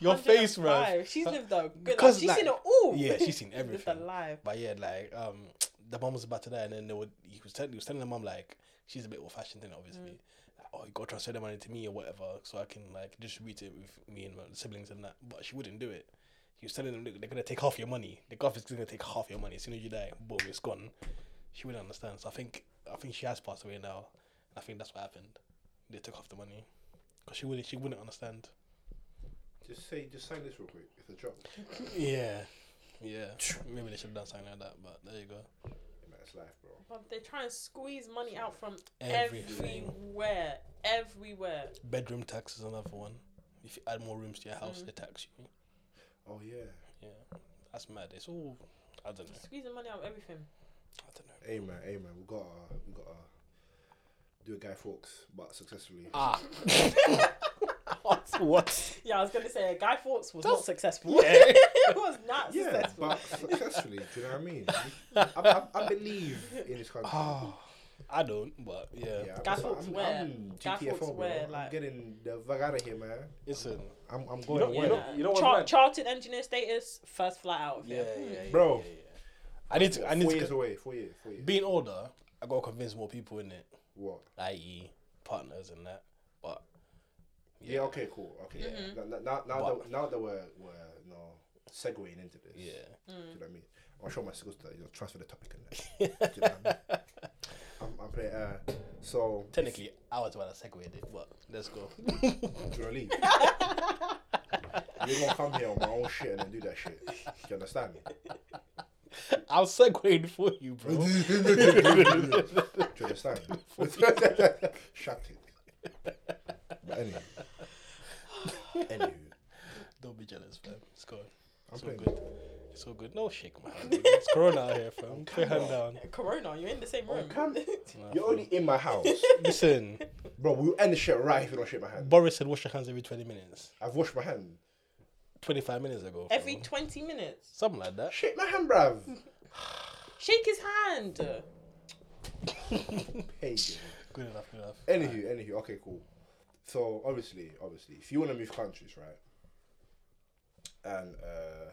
your face, bro.
105. She's lived a good life.
Because,
She's
like-
seen it all. <laughs>
Yeah, she's seen
lived
everything.
a life.
But yeah, like um, the mom was about to die, and then they would he was telling he was telling the mom like she's a bit old fashioned, then obviously,
Mm.
like, oh you gotta transfer the money to me or whatever, so I can like distribute it with me and my siblings and that. But she wouldn't do it. He was telling them Look, they're gonna take half your money. The government's gonna take half your money as soon as you die. Boom, it's gone. She wouldn't understand. So I think I think she has passed away now. I think that's what happened. They took half the money because she wouldn't she wouldn't understand.
Just say, just sign this real quick. It's a job.
Yeah. Yeah, maybe they should have done something like that, but there you go.
Man, it's life, bro.
But they try and squeeze money out from
Everything.
everywhere. Everywhere.
Bedroom tax is another one. If you add more rooms to your house, they tax you.
Oh yeah.
Yeah, that's mad. It's all I don't know.
Squeezing money out of everything.
I don't know.
Hey man, hey man, we gotta, we gotta do a Guy Fawkes, but successfully.
Ah, what? <laughs> what?
Yeah, I was gonna say Guy Fawkes was not successful. <laughs>
Yeah. <laughs>
it was not
yeah,
successful.
but successfully. do you know what I
<laughs>
mean? I, I, I believe in this country.
Ah, I don't. But yeah,
Yeah,
Guy
I'm-
Fawkes
I'm,
where?
I'm
Guy
GTFO,
Fawkes
bro.
where,
I'm
like-
getting the fuck out of here, man.
listen.
I'm, I'm
You
going
know,
away,
you know, you know what's
Char-
mad?
chartered engineer status, first flight out of
yeah, yeah,
here.
yeah, yeah,
Bro.
yeah, yeah. I need to. I need
four
to.
years away. Four years. Four years.
Being older, I gotta convince more people in it,
what?
i.e., partners and that. But
Yeah. Okay. Cool. Okay. Now, now, now, that, now that we're we're you know, segueing into this.
yeah,
Do you know what I mean? I'll show my skills to you know, transfer the topic in there. do you know what I mean? I'm, I'm playing. Uh, so
technically, I was about to segue it, but let's go. <laughs>
Do you know leave? you gonna come here on my own shit and then do that shit. Do you understand me?
<laughs> I'll segue for you,
<laughs>
bro.
Do you understand? me? Shut it. But anyway. Anywho.
Don't be jealous, fam. It's good.
I'm
It's all
playing.
good. It's all good. No shake, man. It's Corona out here, fam. Put your hand down.
<laughs>
Corona, you're in the same room.
Come.
<laughs>
You're only in my house.
Listen,
<laughs> Bro, we'll end the shit right if you don't shake my hand.
Boris said wash your hands every 20 minutes.
I've washed my hand.
25 minutes ago. fam.
Every 20 minutes.
Something like that.
Shake my hand, bruv.
<laughs>
Shake his hand.
Hey.
Good enough, good enough.
Anywho, anywho. Okay, cool. So, obviously, obviously, if you want to move countries, right? And, uh,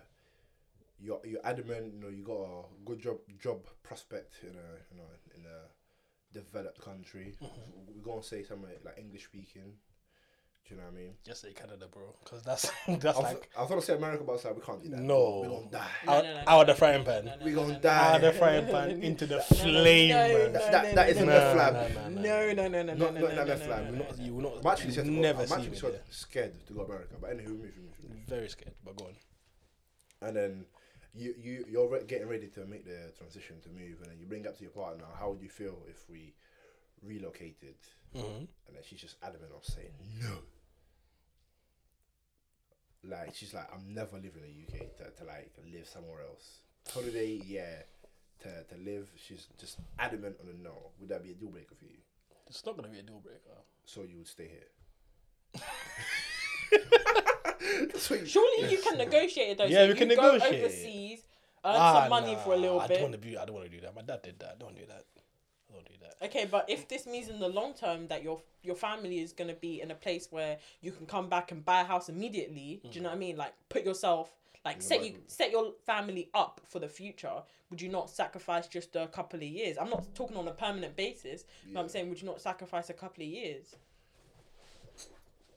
you're, you're adamant, you know, you got a good job job prospect in a you know in a developed country.
Mm-hmm.
We're gonna say somewhere like English speaking. Do you know what I mean?
Just say Canada, bro. Because that's, <laughs> that's
I was, <laughs>
like.
I was gonna say America, but I was like, we can't do that.
No.
we're gonna die.
out,
no, no,
out of the frying pan.
We're gonna
Out of
die.
the frying pan into <laughs> the flame,
no,
man.
no,
that that is a
no,
red
no,
flag.
no, no,
No, no, no, no, no,
Not
no,
not
no,
that red
no,
flag.
no,
We're
no,
not-
You will not.
I'm actually scared to go-
never
I'm
see
actually
me
scared-
there.
scared to go America, but anyway, we move, we move, we move.
Very scared, but go on.
And then you you you're re- getting ready to make the transition to move, and then you bring up to your partner, how would you feel if we relocated? And then she's just adamant on saying no. Like she's like, I'm never leaving the UK to, to like live somewhere else. Holiday, yeah, to, to live, she's just adamant on a no. Would that be a deal breaker for you?
It's not gonna be a deal breaker.
So you would stay here. That's what you-
Surely you can negotiate it though.
Yeah,
so
we can
you go
negotiate. Ah,
overseas, earn some money
nah,
for a little
I
bit.
don't want to do. I don't want to do that. My dad did that. Don't do that. Don't do that.
Okay, but if this means in the long term that your your family is gonna be in a place where you can come back and buy a house immediately,
Mm.
do you know what I mean? Like put yourself like
Yeah,
set
but-
you set your family up for the future. Would you not sacrifice just a couple of years? I'm not talking on a permanent basis, but I'm
Yeah.
saying would you not sacrifice a couple of years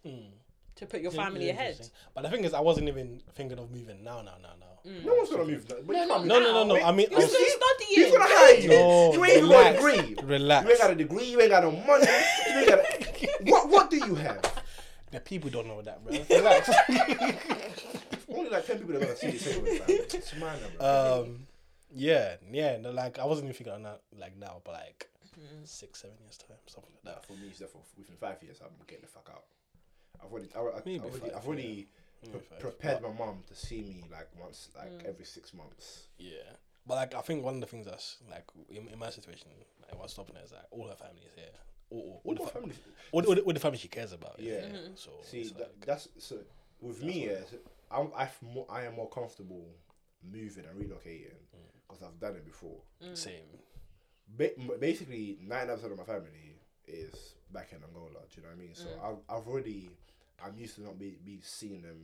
Mm.
to put your
Yeah,
family
yeah,
ahead?
interesting. But the thing is, I wasn't even thinking of moving now. Now, now, now.
Mm.
No one's gonna move. That, but you can't move.
No, no, no, no.
Wait,
I mean, I
You're
was-
still studying.
He's gonna hire you.
No,
you ain't even got a
relax,
degree.
relax.
You ain't got a degree. You ain't got no money. You ain't got. A,
<laughs>
what What do you have?
The people don't know
<laughs>
that, bro. Relax.
Only like ten people are gonna see this anyway. fam. It's mine,
<laughs>
bro.
um, yeah, yeah. No, like I wasn't even thinking of that like now, but like
Mm.
six, seven years time, something like
Nah,
that.
for me, it's therefore within five years, I'm getting the fuck out. I've already, I, I, I've
Maybe
already,
five,
I've already
Maybe
pre-
five,
prepared
but-
my mom to see me like once, like every six months.
Yeah, but like I think one of the things that's like in, in my situation, like what's stopping her is like all her family is here, all, all, all,
What
the,
about
fam-
family?
all, the- all the all the family she cares about.
Yeah.
So
See,
it's
that,
Oh, like-
that's so. With me, yeah, so I'm, I, f- mo- I am more comfortable moving and relocating
Mm.
because I've done it before.
same.
Ba- m- basically, nine percent of my family is back in Angola. Do you know what I mean? So I've, I've already, I'm used to not be, be seeing them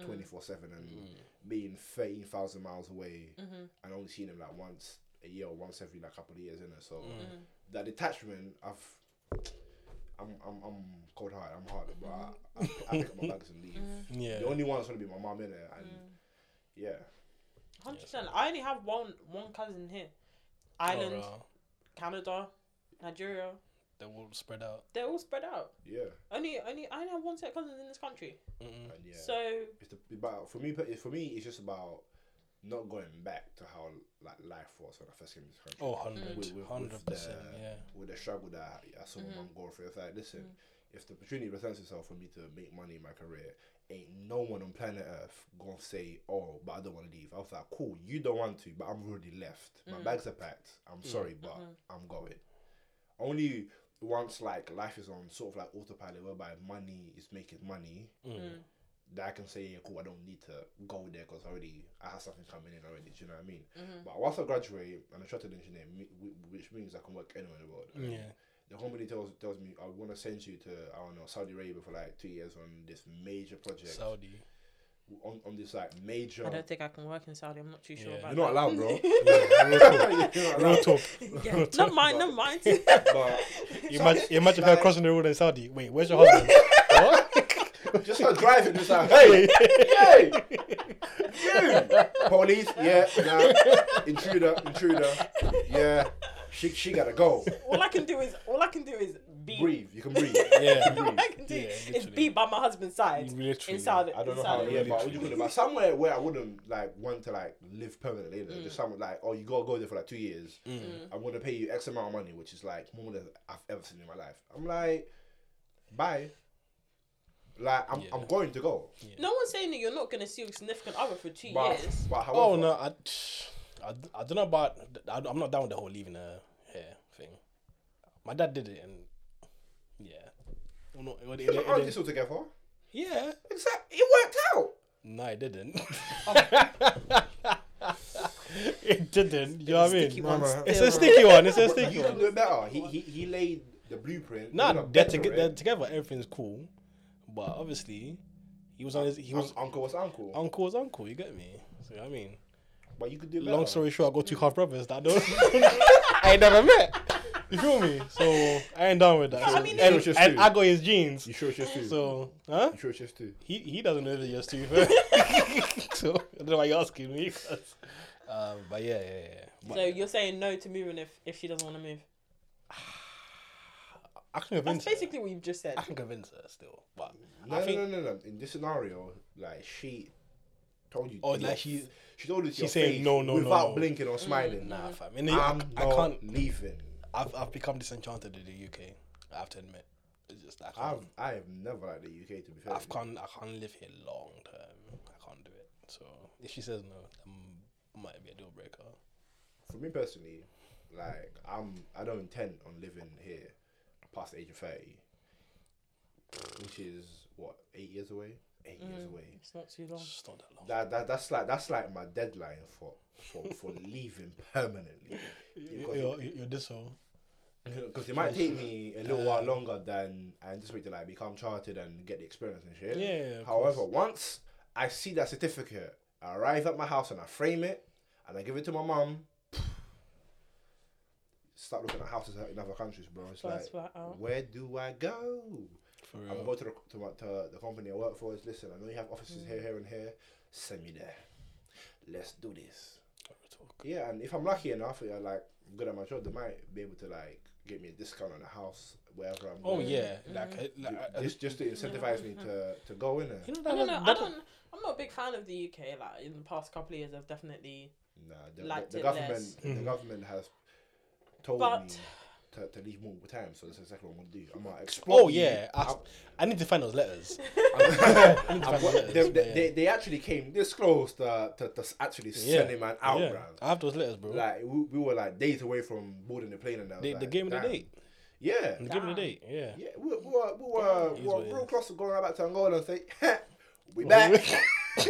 Mm.
twenty four seven
Mm.
and being thirteen thousand miles away
Mm-hmm.
Hmm.
and only seeing them like once a year or once every like couple of years in it. So
Mm. Mm-hmm.
that detachment, I've. I'm I'm I'm cold hearted. I'm hard, but I, I, I pick up my bags and leave.
Mm-hmm.
Yeah.
The only one that's gonna be my mom in and
Mm.
yeah,
Hundred percent. I only have one one cousin here. Ireland,
Oh,
Or, uh,
Canada, Nigeria.
they will spread out.
They're all spread out.
yeah,
Only only I only have one set of cousins in this country.
Mm-mm.
and yeah.
So
it's the, about for me. per- For me, it's just about not going back to how like life was when I first came to this country.
Oh, 100
With- with- with
100 percent.
the-
Yeah.
With the struggle that I, I saw my mum go through, it's like, listen, if the opportunity presents itself for me to make money in my career, ain't no one on planet Earth gonna say, oh, but I don't want to leave. I was like, cool, you don't want to, but I'm already left. My bags are packed. I'm sorry, but I'm going. Only once like life is on sort of like autopilot, whereby money is making money.
Mm.
mm,
That I can say, yeah, cool. I don't need to go there because already I have something coming in already. Do you know what I mean?
mm-hmm.
But once I graduate, I'm a chartered engineer, me- wh- which means I can work anywhere in the world. And
Mm. Yeah.
The company tells tells me I want to send you to I don't know Saudi Arabia for like two years on this major project
Saudi.
on, on this like major.
I don't think I can work in Saudi. I'm not too sure
Yeah.
about
You're not
that.
allowed,
<laughs>
bro. <laughs>
Yeah, real talk. <laughs>
You're not
Real
allowed. <laughs>
talk.
Yeah. <laughs> Never mind, never mind. That's
But
You imagine, you imagine her crossing the road in Saudi. Wait, where's your
<laughs>
husband? what?
just her driving, just like hey, hey, you police, yeah, nah, intruder, intruder, yeah. She she gotta go.
<laughs> all I can do is all I can do is be
Breathe. You can breathe.
<laughs> Yeah.
<laughs> all I can do
Yeah,
is
literally.
be by my husband's side.
Literally.
In Saudi.
I don't know
in
how,
Saudi
yeah,
Arabia.
but what do you call it? But somewhere where I wouldn't like want to like live permanently, you know, just somewhere like, oh, you gotta go there for like two years.
Mm.
I'm gonna pay you X amount of money, which is like more than I've ever seen in my life. I'm like, bye. Like I'm, I'm
Yeah.
going to go.
No one's saying that you're not gonna see your significant other for two
But,
years.
but however,
Oh no, I, I, I don't know about. I, I'm not down with the whole leaving her hair thing. My dad did it, and yeah, well, Oh, no, it, it,
you
it,
can
it,
argue this all together.
yeah,
Exactly, it worked out.
no, it didn't. <laughs> it didn't. You know what I mean?
one
Mama.
It's a sticky one.
<laughs>
It's a
But
sticky
you can
one.
do it better. He he, he laid the blueprint.
Nah,
He did a
they're,
better
to,
it.
they're together. Everything's cool, but obviously, he was on his. He was
Un- uncle was uncle.
uncle was uncle. You get me? So I mean.
but you could do it better.
Long story short, I got two half brothers that I
<laughs>
don't. <laughs> I ain't never met. You feel me? So I ain't down with that.
I
So-
mean,
and,
it's just
and
you.
I got his jeans.
You sure it's just two?
So huh?
you sure it's just two?
He he doesn't know that you're <laughs> Steve. so I don't know why you're asking me. 'cause- Um, but yeah, yeah, yeah. But
So you're saying no to moving if, if she doesn't want to move.
I can convince
That's
her.
basically what you've just said.
I can convince her still, but
No,
I think
no, no, no, no. In this scenario, like she told you.
oh,
in
like
your-
she's
she told you.
she's saying no, no, no,
without
no.
blinking or smiling.
nah, fam. And then I,
I'm
I
not
can't.
leaving.
I've I've become disenchanted with the UK. I have to admit, it's just I can't.
I've I have never liked the UK to be fair.
I can't I can't live here long term. I can't do it. So if she says no, that m- might be a deal breaker.
for me personally, like I'm I don't intend on living here past the age of thirty, which is what eight years away. Eight years
Mm.
away.
It's not too long.
It's not that long.
That, that that's like that's like my deadline for for, for <laughs> leaving permanently.
You're, you're, you're this old.
<laughs> Because it might take me a little
Uh.
while longer than I anticipate to like become chartered and get the experience and shit.
Yeah, of
However, once I see that certificate, I arrive at my house and I frame it and I give it to my mum. Start looking at houses in other countries, bro. It's
First
like,
flat out.
where do I go?
For
I'm gonna
real.
go to the, to, my, to the company I work for. Is listen, I know you have
Mm.
offices here, here, and here. Send me there. Let's do this.
Talk.
Yeah, and if I'm lucky enough, yeah, like good at my job, they might be able to like get me a discount on a house wherever I'm
Oh
going.
yeah, like, uh, like uh, uh,
just just to incentivize me to to go in there.
you know
I
that
don't
was-
know. I
that-
don't. I'm not a big fan of the UK. Like in the past couple of years, I've definitely.
Nah, the,
Liked
the, the
it
government
less.
the
Mhm.
government has told
But-
me to, to leave multiple times, so that's exactly what I'm gonna do. I'm gonna exploit.
Oh
you.
yeah, I,
I'm-
I need to find those letters.
I'm-
I need to <laughs>
I'm- <laughs>
find those letters.
they,
but
they, they, they actually came this close to, to, to actually
yeah.
sending man out,
Yeah.
man.
I have those letters, bro.
Like we, we were like days away from boarding the plane, and that
they,
like,
they gave me the
damn.
date.
Yeah,
They gave me the
Damn.
date. Yeah.
Yeah, we, we were, we were, we
Here's
were
what it
real
is.
close to going right back to Angola and say,
<laughs>
we back. <laughs>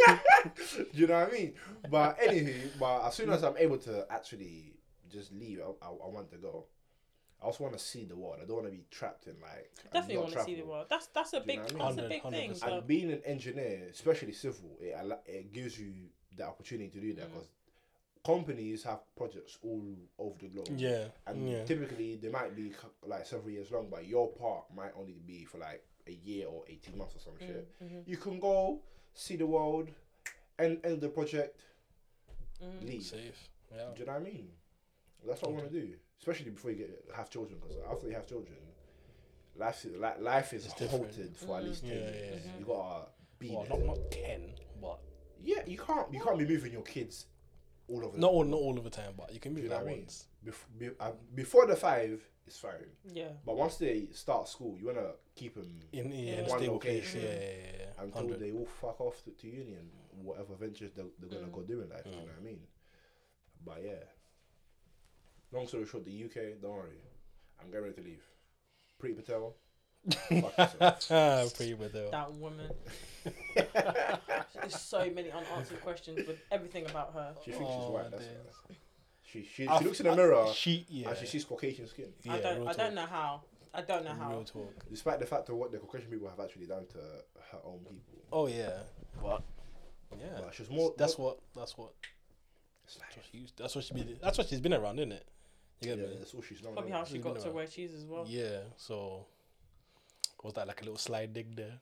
you know what I mean? But anywho, but as soon as I'm able to actually just leave, I, I, I want to go. I also want to see the world. I don't want to be trapped in like. and
Definitely
not
want to see the
travel.
world. That's that's
Do
a
you
big
know what I
that's
mean?
a big thing.
100%.
So
And being an engineer, especially civil, it al- it gives you the opportunity to do
Mm.
that because companies have projects all over the globe.
Yeah.
And
yeah.
typically, they might be cou- like several years long, but your part might only be for like a year or 18 months or some shit.
Mm.
You can go, see the world, and end the project,
Mm,
leave.
Safe. Yeah.
Do you know what I mean? That's what I want to do, especially before you get have children, because after you have children, life is, li- life is
It's different.
halted for at least 10
Yeah, yeah,
years. You gotta be
Well,
there.
not not ten, but
yeah, you can't, you can't be moving your kids all over the
not all not all of the time. But you can
Do you
move
know
that
what I mean?
once.
Bef- be- uh, before the five, it's fine.
yeah,
But once they start school, you want to keep them
In, yeah, in a
One
stable place.
location.
Yeah, yeah, yeah. yeah. <laughs>
until
100.
they all fuck off to, to uni and whatever ventures they're, they're going to
Mm.
go do in life. You know what I mean? But yeah. Long story short, the UK, don't worry. I'm getting ready to leave. Pretty Patel. fuck yourself.
Ah, pretty with though.
<laughs>
that woman. There's so many unanswered questions with everything about her.
She thinks she's
Oh,
white, that's
days.
why. She, she,
I
she
f-
looks in the
I-
mirror
She yeah.
and she sees Caucasian skin.
yeah,
I don't.
real
I don't
talk,
know how. I don't know how.
Real talk.
Despite the fact of what the Caucasian people have actually done to her own people.
Oh yeah. But yeah.
But she's more.
That's
more,
what. That's what.
it's
That's
like,
what she used. That's what she been. That's what she's been around, isn't it? You
yeah,
get me?
that's all she's known.
Probably
innit?
how she
She's
got
been
to
around.
where she is as well.
Yeah. So was that like a little slide dig there?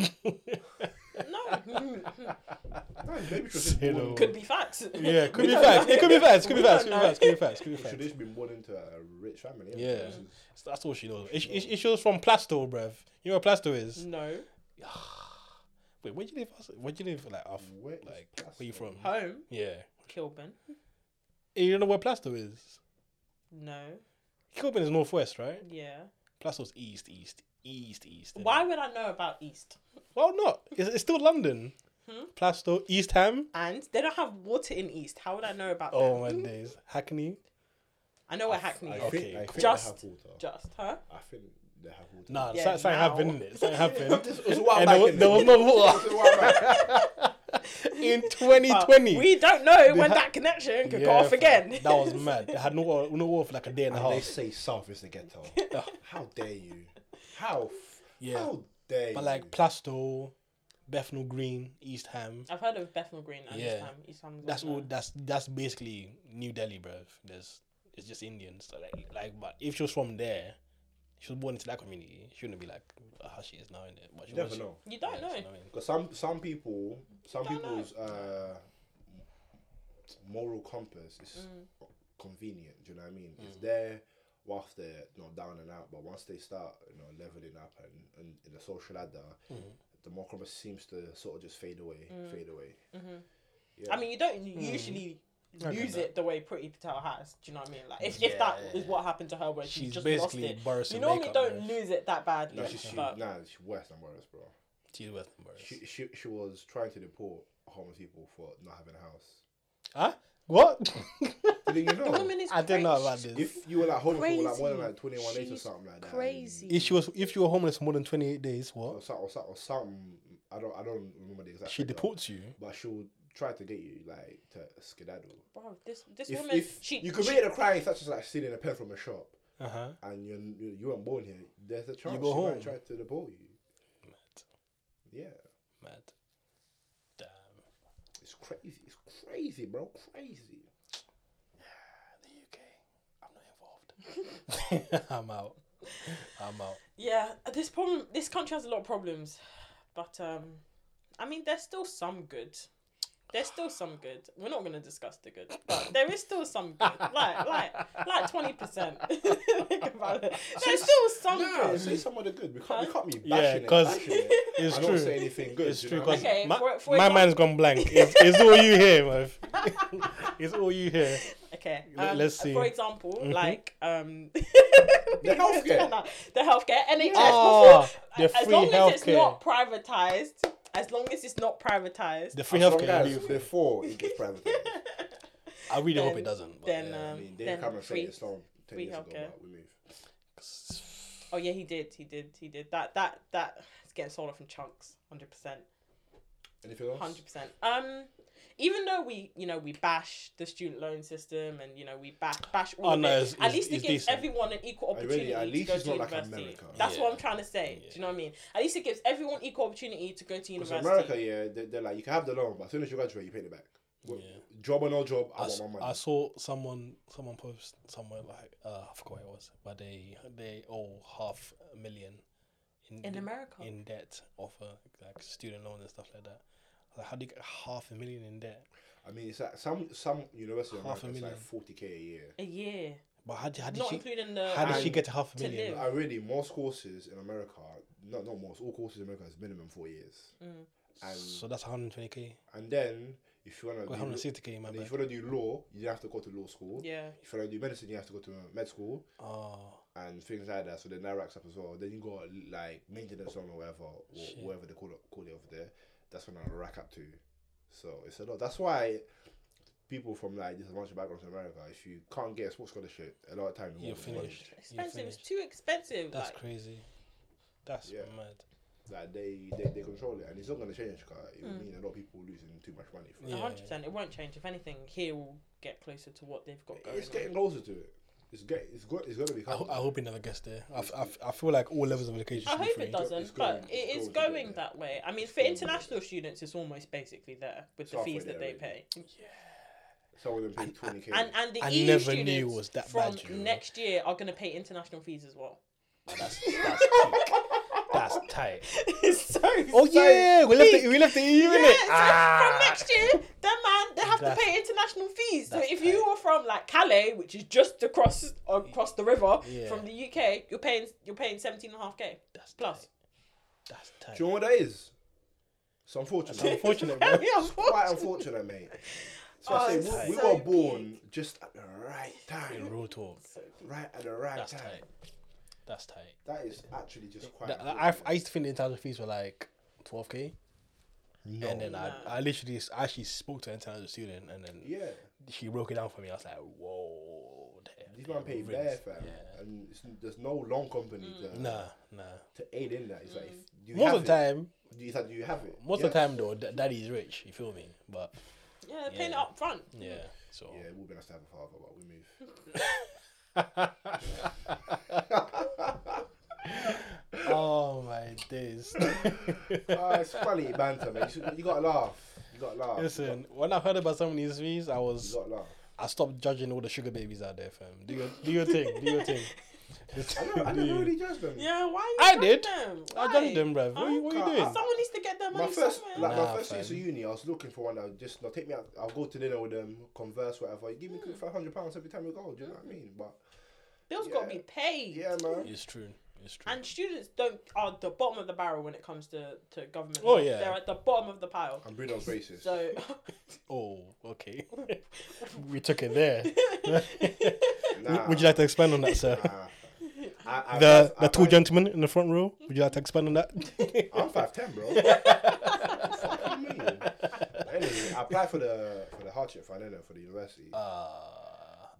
<laughs> No,
<laughs>
No, maybe she's just
Say
born-
no.
could be facts.
Yeah, could
We
be
don't
facts.
know.
It could be facts. Could be
We
facts. Could be
don't know.
facts. Could be facts. Could be
She should
facts.
just been born into a rich family. innit?
Yeah.
She's-
So That's all she knows. It, it, it shows from Plasto, bruv. You know what Plasto is?
No,
Wait, where'd you live? Where'd you live? Like, off,
Where is
like where
Plasto?
you from?
home
Yeah.
Kilburn.
Eh, You know where Plasto is?
No,
Kilburn is northwest, right?
yeah.
Plasto's east, east, east, east. innit?
Why would I know about East?
Well, not. It's, it's still London.
Hmm?
Plasto, East Ham.
And they don't have water in East. How would I know about
Oh
that?
my days. Hackney.
I know where Hackney
I
is.
think,
Okay,
I
cool.
think
Just-
they have water.
Just, huh?
I think they have water.
Nah,
Yeah,
something
now.
happened. innit?
<laughs>
Something happened.
<laughs> It was
<laughs>
a while
and
back,
there was,
innit?
there was no water
It was a while back.
<laughs>
<laughs>
in
But
2020.
We don't know when
ha-
that connection could
Yeah,
go off
fam.
again.
<laughs> That was mad. It had no wa- no water for like a day and a
And they
half.
say South is
<laughs>
the ghetto. How dare you? How? f-
Yeah.
How dare
But
you?
like Plasto, Bethnal Green, East Ham.
<laughs> I've heard of Bethnal Green and
Yeah.
East Ham. East Ham's
That's
also-
all. That's that's basically New Delhi, bruv. There's it's just Indians. So like, like, but if she was from there, she was born into that community. She wouldn't be like how she is now in it. But she
you never
was-
know.
You don't
yeah,
know.
she- I mean,
Because some some people, some
don't know.
people's uh, moral compass is
Mm.
convenient. Do you know what I mean? It's there whilst they're not down and out, but once they start, you know, leveling up and, and in the social ladder, the moral compass seems to sort of just fade away, fade away.
Mm. Mm-hmm. I mean, you don't usually
Hmm. I get
use
that.
it the way Pretty Patel has. Do you know what I mean? Like, if,
Yeah,
if that is
yeah.
what happened to her, where she
She's
just lost
basically
it,
Boris
you
in
normally
makeup,
don't
bruv.
lose it that badly.
No, she's she,
but
nah, she's worse than worse, bro.
she's worth Boris.
She, she she was trying to deport homeless people for not having a house.
Huh?
<laughs>
What?
Didn't you
<laughs> The
know?
woman is
<laughs> I didn't know
crazy.
about this. If,
If you were like holding for like more than
Crazy.
like 21 days or
She's
something like that. and-
crazy.
she was, if you were homeless for more than twenty eight days,
Or,
what?
so- or, so- or something. I don't, I don't remember the exact
She
figure,
deports you.
But she'll try to get you like to skedaddle.
Bro, this this
If,
woman,
if
she
you
she-
committed a crime such as like stealing a pen from a shop
Uh huh.
and you're, you you weren't born here, there's a chance
go
she
home.
might try to deport you.
Mad,
Yeah.
mad. Damn.
It's crazy. It's crazy, bro. Crazy.
The UK. I'm not <laughs> involved. I'm out. I'm out.
Yeah, this problem. This country has a lot of problems, but um, I mean, there's still some good. There's still some good. We're not gonna discuss the good, but there is still some good.
<laughs>
Like like like twenty percent. <laughs> Think about it. There's still some
Nah,
good.
say some of the good. We can't, we can't be bashing
Yeah,
it.
'cause-
bashing it.
<laughs> It's
I
true.
don't say anything good.
It's
you
true
know what I
because
mean?
Okay,
my,
for- for
my
example-
mind's gone blank. It's, it's all you hear, man. <laughs> It's all you
<laughs>
hear.
Okay.
Let-
um,
let's see.
For example,
Mhm.
like um, <laughs>
The healthcare.
the healthcare, NHS.
Oh, the
as
free
long as it's
healthcare.
not privatized, as long as it's not privatized,
The free
As long
healthcare.
as before it gets
<laughs>
privatized.
I really hope
then-
it doesn't. But
then
yeah.
I
um,
mean, David
then
Cameron said
free-
it's long ten
free
years ago,
healthcare.
but we moved.
Oh yeah, he did. He did. He did. That that that is getting sold off in chunks. Hundred percent.
Anything else?
Hundred percent. Um, even though we you know we bash the student loan system and you know we bash bash all
Oh,
of
no,
it,
it's-
at
it's-
least it
it's
gives
decent.
everyone an equal
I
opportunity
really- at least
to go
it's
to
not like
university.
America.
That's what I'm
Yeah.
trying to say. Do
Yeah.
you know what I mean? At least it gives everyone equal opportunity to go to
Because
university.
America, yeah, they, they're like you can have the loan, but as soon as you graduate, you pay it back. Well,
Yeah.
Job or no job, I,
I, s-
want my
I
money.
saw someone someone post somewhere like uh, I forgot what it was, but they they owe half a million in
in
in,
America,
debt off a, like student loans and stuff like that. Like, how do you get half a million in debt?
I mean, it's like some some university in
Half a
America, it's like
million.
forty k a year.
a year,
But how, did- how did
not
she
including the. um,
how did she
and
get to half a
to
million?
live.
I really most courses in America, not not most, all courses in America is minimum four years,
Mm.
and
So that's 120k,
and then if you wanna
well,
do,
160k, my
and if
bad.
you wanna do law, you have to go to law school.
Yeah.
If you wanna do medicine, you have to go to med school.
Oh,
and things like that. So then that racks up as well. Then you got like maintenance on or whatever, or
Shit.
whatever they call it, call it over there. That's when I rack up to. So it's a lot. That's why people from like disadvantaged backgrounds in America, if you can't get a sports scholarship, a lot of time
you're
won't be money.
finished. You're
Expensive. It's
finished.
too expensive.
That's
like,
crazy. That's
Yeah.
mad.
Like they, they they control it, and it's not going to change. Cause it will
Mm.
mean a lot of people losing too much money. For
Yeah.
A hundred percent. It won't change. If anything, here will get closer to what they've got
it.
going
It's
on.
getting closer to it. It's get it's go, it's going to be
I, ho-
coming.
I hope it never gets there. I, f- I, f- I feel like all levels of education.
I
should be
hope
free.
it doesn't,
It's
but
going-
it
it's
is
going to
going
there.
that way. I mean,
It's
for
going to
international students, it's almost basically there with
It's
the fees
halfway
that they
there
pay,
Some of them pay twenty k.
and and the
I
EU
never knew it
students
was that
from
bad, you know.
next year are going to pay international fees as well.
That's, that's tight. That's
<laughs>
tight.
<laughs> it's so
Oh
so
yeah, we left
peak.
the we left the EU
Yeah,
in it.
so
Ah.
from next year, that man they have to
That's-
pay international fees. So
that's
if you
tight.
were from like Calais, which is just across across the river
Yeah.
from the UK, you're paying you're paying seventeen and a half k
That's
plus.
That's
Do
tight.
you know what that is? It's
That's
unfortunate.
unfortunate, bro.
Yeah,
It's quite unfortunate, mate. So
Oh,
I say,
it's
we, we
so
were born just at the right time.
Real talk.
Right at the right
That's
time.
tight. That's tight.
That is actually just quite.
That- I,
unfortunate.
I used to think the international fees were like 12k,
No.
and then I,
Nah.
I literally s- I actually spoke to an international student, and then
yeah,
she broke it down for me. I was like, whoa. they-
these
they
man pay
rinsed.
bare, fam,
Yeah. Mm.
and it's, there's no long company to,
Nah, nah.
to aid in that. It's like, if, do you
Most
have
of the time,
it? Do you, do you have it?
most of the
Yes.
time though, d- daddy's rich. You feel me? But
Yeah, they're paying it
Yeah.
up front.
yeah, so
Yeah, it would be nice to have a father, but we move. <laughs>
oh my
<laughs>
days.
Ah, it's funny banter, man. You, should- you gotta laugh. You gotta laugh.
Listen, when I heard about some of these fees, I
You
was
gotta laugh.
I stopped judging all the sugar babies out there, fam. Do your do your thing, do your thing.
<laughs> I never,
<laughs>
I
Do
never
you-
really judged them.
Yeah, why?
I
judge
did.
Them?
I
Why?
judged them, bruv. What, are you- what are you
Huh?
doing?
Someone needs to get their money
My first,
somewhere.
like
Nah,
my first year
fam.
to uni, I was looking for one that would just, you know, take me out. I'll go to dinner with them, converse, whatever. You give me
Hmm.
five hundred pounds every time we go. Do you know what I mean? But
Bills
yeah.
got to be paid.
yeah, man.
It's true. It's true.
And students don't are the bottom of the barrel when it comes to, to government.
Oh,
help.
yeah.
they're at the bottom of the pile.
And Bruno's racist.
Hmm.
<laughs>
So <laughs>
oh, okay. <laughs> we took it there.
Nah.
Would you like to expand on <laughs> that, sir?
Nah. I, I,
The
I-
the
I-
two gentlemen in the front row. <laughs> Would you like to expand on that?
<laughs>
I'm five ten, bro. What the fuck you mean? anyway, I applied for the for the hardship fund, innit, for the university.
Uh,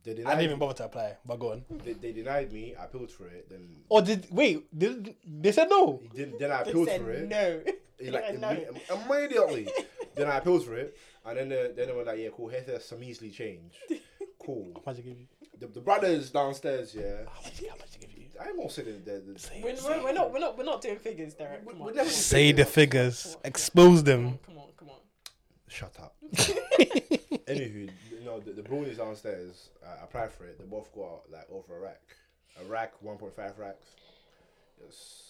they
I
denied
didn't even bother to apply, but go on.
they, they denied me. I appealed for it. Then
Oh, did wait? Did they said no?
then, then I
They
appealed
said
for it.
no. <laughs>
He, like
Yeah, no.
imme- immediately. then I appealed for it, and then the, then they were like, "Yeah, cool. Here's some easily change. Cool."
How much they give you?
The, the brothers downstairs, yeah.
How much, how much they give you?
I ain't gonna say the, the, the
Say,
We're, we're, we're not we're not we're not doing figures, Derek.
We-
Come
we
on.
never-
say the figures.
Come on.
Expose <laughs>
Come on,
them.
come on, come on.
shut up. Anywho, no, the, the brothers downstairs. I applied for it. They both got like over a rack, a rack, one point five racks. It's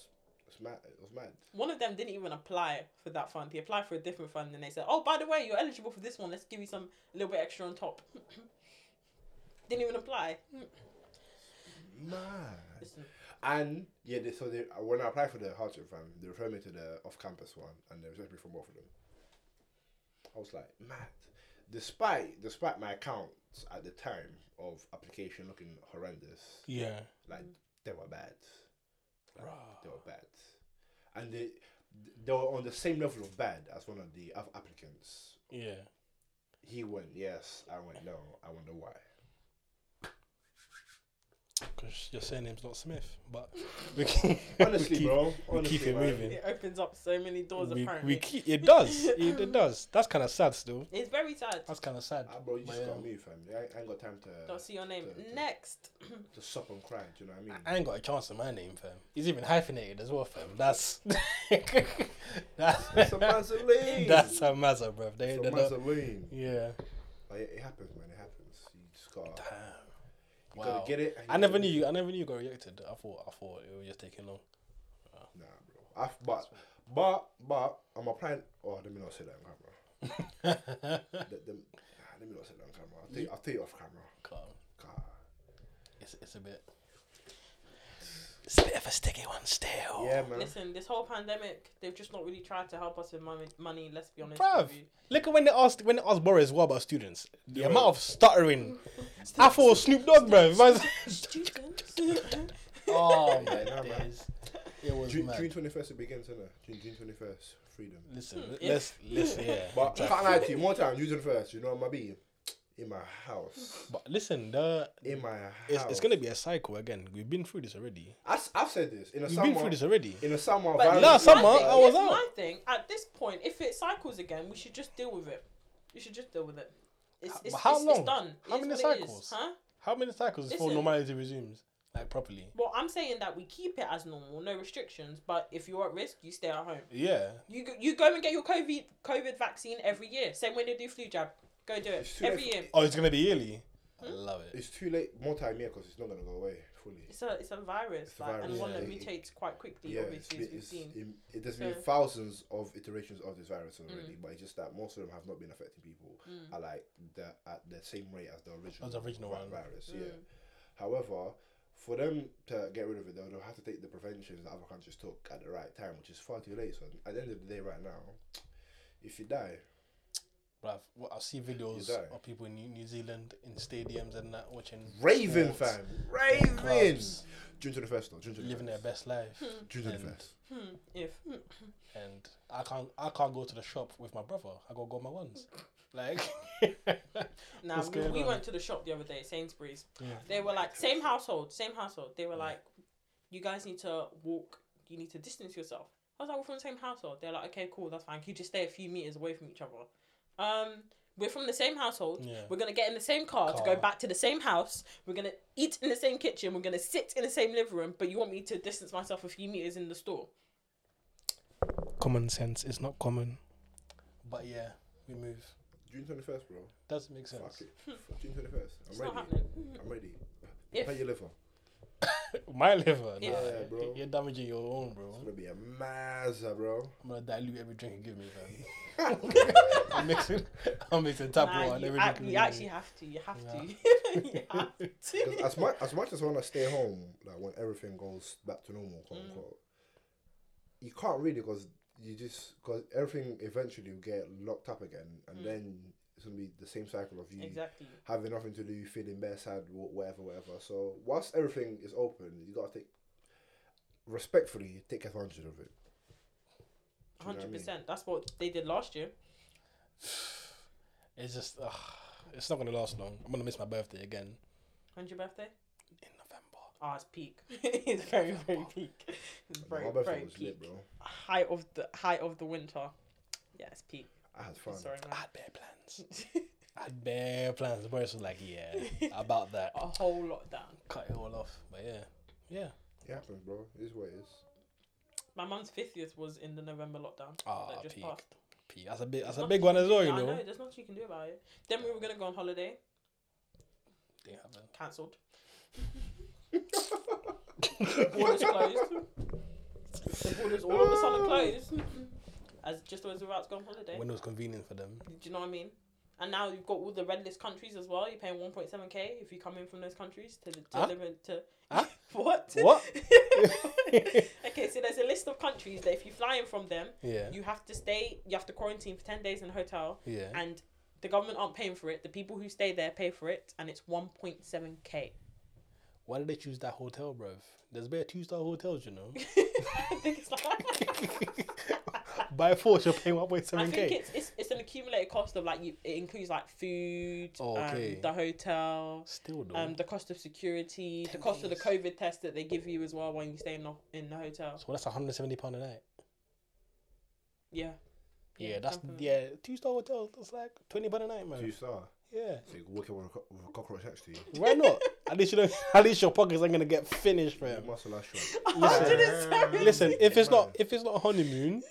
it's mad. It was mad.
One of them didn't even apply for that fund. He applied for a different fund, and they said, "Oh, by the way, you're eligible for this one. Let's give you some a little bit extra on top." <laughs> didn't even apply. <laughs>
Mad.
Listen,
And yeah, they, so they, uh, when I applied for the hardship fund, they referred me to the off-campus one, and they rejected me from both of them. I was like, mad. Despite despite my accounts at the time of application looking horrendous,
Yeah.
like they were bad, like,
Bruh.
they were bad, and they they were on the same level of bad as one of the other applicants.
Yeah.
He went yes, I went no. I wonder why.
Because your surname's not Smith, but we keep, <laughs> <laughs>
Honestly,
we keep,
bro.
we
Honestly,
keep it
man.
moving.
it opens up so many doors.
We,
apparently,
we keep it does it, it does. That's kind of sad still.
it's very sad.
That's kind of sad.
Ah, bro, you just
But yeah.
gotta move, fam. I, I ain't got time to.
Don't see your name
the- the-
next.
to sup and cry. Do you know what I mean?
I ain't got a chance in my name, fam. He's even hyphenated as well, fam. That's <laughs> that's
It's a Mazzolini.
that's a mazza, bruv. They,
It's
they
a
don't-
Mazzolini.
yeah.
Like, it it happens, man. It happens. You just gotta,
Damn.
you gotta get it. and
I
you
never
gotta-
knew. I never knew you got rejected. I thought. I thought it was just taking long. <laughs>
Nah, bro. I, but, but, but, I'm applying. Oh, let me not say that on camera.
<laughs>
let, them, nah, let me not say that on camera. I'll tell you, I'll tell you off camera.
Calm.
God.
It's it's a bit. It's a bit of a sticky one still.
Yeah, man.
Listen, this whole pandemic, they've just not really tried to help us with money. money let's be honest.
Bruv, <laughs>
with you.
look at when they asked when they asked Boris what about students. The amount of
<laughs>
stuttering. I thought Snoop Dogg, bro.
Students.
<laughs> oh my
Yeah, nah, man.
days. It was
June,
mad.
June 21st it begins, isn't it? June, June 21st, freedom.
Listen,
Yeah.
let's listen. Yeah,
But
exactly.
can't lie to you. One time, June 21st, you know what I'm be in my
<laughs>
house.
But listen, the
In my house.
it's, it's gonna be a cycle again. We've been through this already.
I, s- I've said this in a
We've been
summer.
through this already.
In a summer,
But
violence-
last
my
summer, I
thing-
was
here's
out.
My thing at this point, if it cycles again, we should just deal with it. You should just deal with it. It's,
How-
it's,
but how
it's,
long?
It's
How
done. It is
many
what it is,
cycles?
huh?
How many cycles before
Listen.
normality resumes, like properly?
Well, I'm saying that we keep it as normal, no restrictions. But if you're at risk, you stay at home.
Yeah,
You go- you go and get your COVID COVID vaccine every year. Same way they do flu jab. Go do it
It's too
every
late.
year.
Oh, it's gonna be yearly. I love it.
It's too late. More time here because it's not gonna go away fully.
It's a it's a virus,
It's a
like, and
virus,
one
yeah.
that mutates quite quickly.
Yeah, it's,
obviously, as
been-
we've
it's, <laughs>
seen.
im- it, there's been
So- Mm.
thousands of iterations of this virus already, but it's just that most of them have not been affecting people at like the at the same rate as the original,
As the original
vi-
one.
virus. Yeah.
Mm.
However, for them to get rid of it, they'll have to take the preventions that other countries took at the right time, which is far too late. So at the end of the day, right now, if you die,
Bruv, what I see videos
die.
of people in New, New Zealand in stadiums and that watching
Raven
sports,
fan, Raven.
clubs,
June twenty first, though. June twenty
living their best
first.
life.
June twenty first.
Hmm, if
And I can't, I can't go to the shop with my brother. I gotta go on my ones. Like, <laughs>
now
What's
we,
going
we
on?
went to the shop the other day, Sainsbury's.
Yeah.
They were like same household, same household. They were like, you guys need to walk. You need to distance yourself. I was like, we're from the same household. They're like, okay, cool, that's fine. Can you just stay a few meters away from each other? Um, we're from the same household.
Yeah.
We're gonna get in the same car, to
Car.
go back to the same house. We're gonna eat in the same kitchen. We're gonna sit in the same living room. But you want me to distance myself a few meters in the store?
common sense is not common. But yeah, we move.
June twenty first, bro.
Doesn't make sense.
Fuck it. Fuck June twenty first. I'm
It's
ready.
not happening.
I'm ready.
If-
How you live for?
My liver,
Yeah.
nah,
Yeah, bro.
You're damaging your own,
It's
bro.
gonna be a mazza, bro.
I'm gonna dilute every drink you give me,
<laughs>
fam. I'm mixing, I'm mixing tap
Nah,
water. and
you,
every
act-
drink
you
give
actually
me.
have to. You have
Yeah.
to. <laughs> you have <laughs> to.
'Cause as much as much as I wanna stay home, like when everything goes back to normal, quote
Mm.
unquote, you can't really because you just because everything eventually will get locked up again, and then it's gonna be the same cycle of you
Mm. Exactly.
having nothing to do, feeling bare, sad, wh- whatever, whatever. So whilst everything is open, you gotta take respectfully take advantage of it. Do you know what I mean?
Hundred percent. That's what they did last year.
It's just, ugh, it's not gonna last long. I'm gonna miss my birthday again
When's your birthday?
in November.
Ah, it's peak. <laughs> it's very, very peak. It's
My
very,
birthday
very
was
peak.
lit, bro.
Height of the height of the winter. Yeah, it's peak.
I had fun.
Sorry,
I had bare plans. I had bare plans. The boys were like, yeah, about that.
<laughs> a whole lot down.
Cut it all off. But yeah, yeah.
It happens, bro. It is what it is.
My mum's fiftieth was in the November lockdown
Ah,
that just
peak.
passed.
P. That's a big, that's a
There's
big
nothing
one
you
as
can
well,
do-
you
I
know.
There's nothing you can do about it. Then we were gonna go on holiday,
Didn't happen.
cancelled. borders closed. The borders all of a sudden closed. As just as we we're about to go on holiday.
When it was convenient for
<laughs>
them.
Do you know what I mean? And now you've got all the red list countries as well. You're paying 1.7k if you come in from those countries to to
Huh?
live in, to
Huh?
<laughs> what?
What?
okay, so there's a list of countries that if you fly in from them,
Yeah,
you have to stay, you have to quarantine for 10 days in a hotel,
yeah.
and the government aren't paying for it. The people who stay there pay for it, and it's 1.7k.
Why did they choose that hotel, bruv? There's bare two star hotels, you
<laughs>
know. <laughs>
I think it's like. <laughs>
By force, you're paying
I
1.7k.
think it's, it's it's an accumulated cost of like you, it includes like food,
Oh, okay.
um, the hotel,
Still though.
um, the cost of security, the cost of the COVID test that they give you as well when you stay in the, in the hotel.
so that's 170 pound a night.
Yeah.
Yeah, that's
something like
yeah. Two star hotel. That's like 20 pound a night, man.
Two star.
Yeah.
So you're walking with a, co- with a cockroach
<laughs>
next to you.
Why
<laughs>
not? at least you don't. <laughs> At least your pockets aren't gonna get finished, fam.
Muscle ass
<laughs>
shrug.
Listen.
Listen, if it's not if it's not a honeymoon,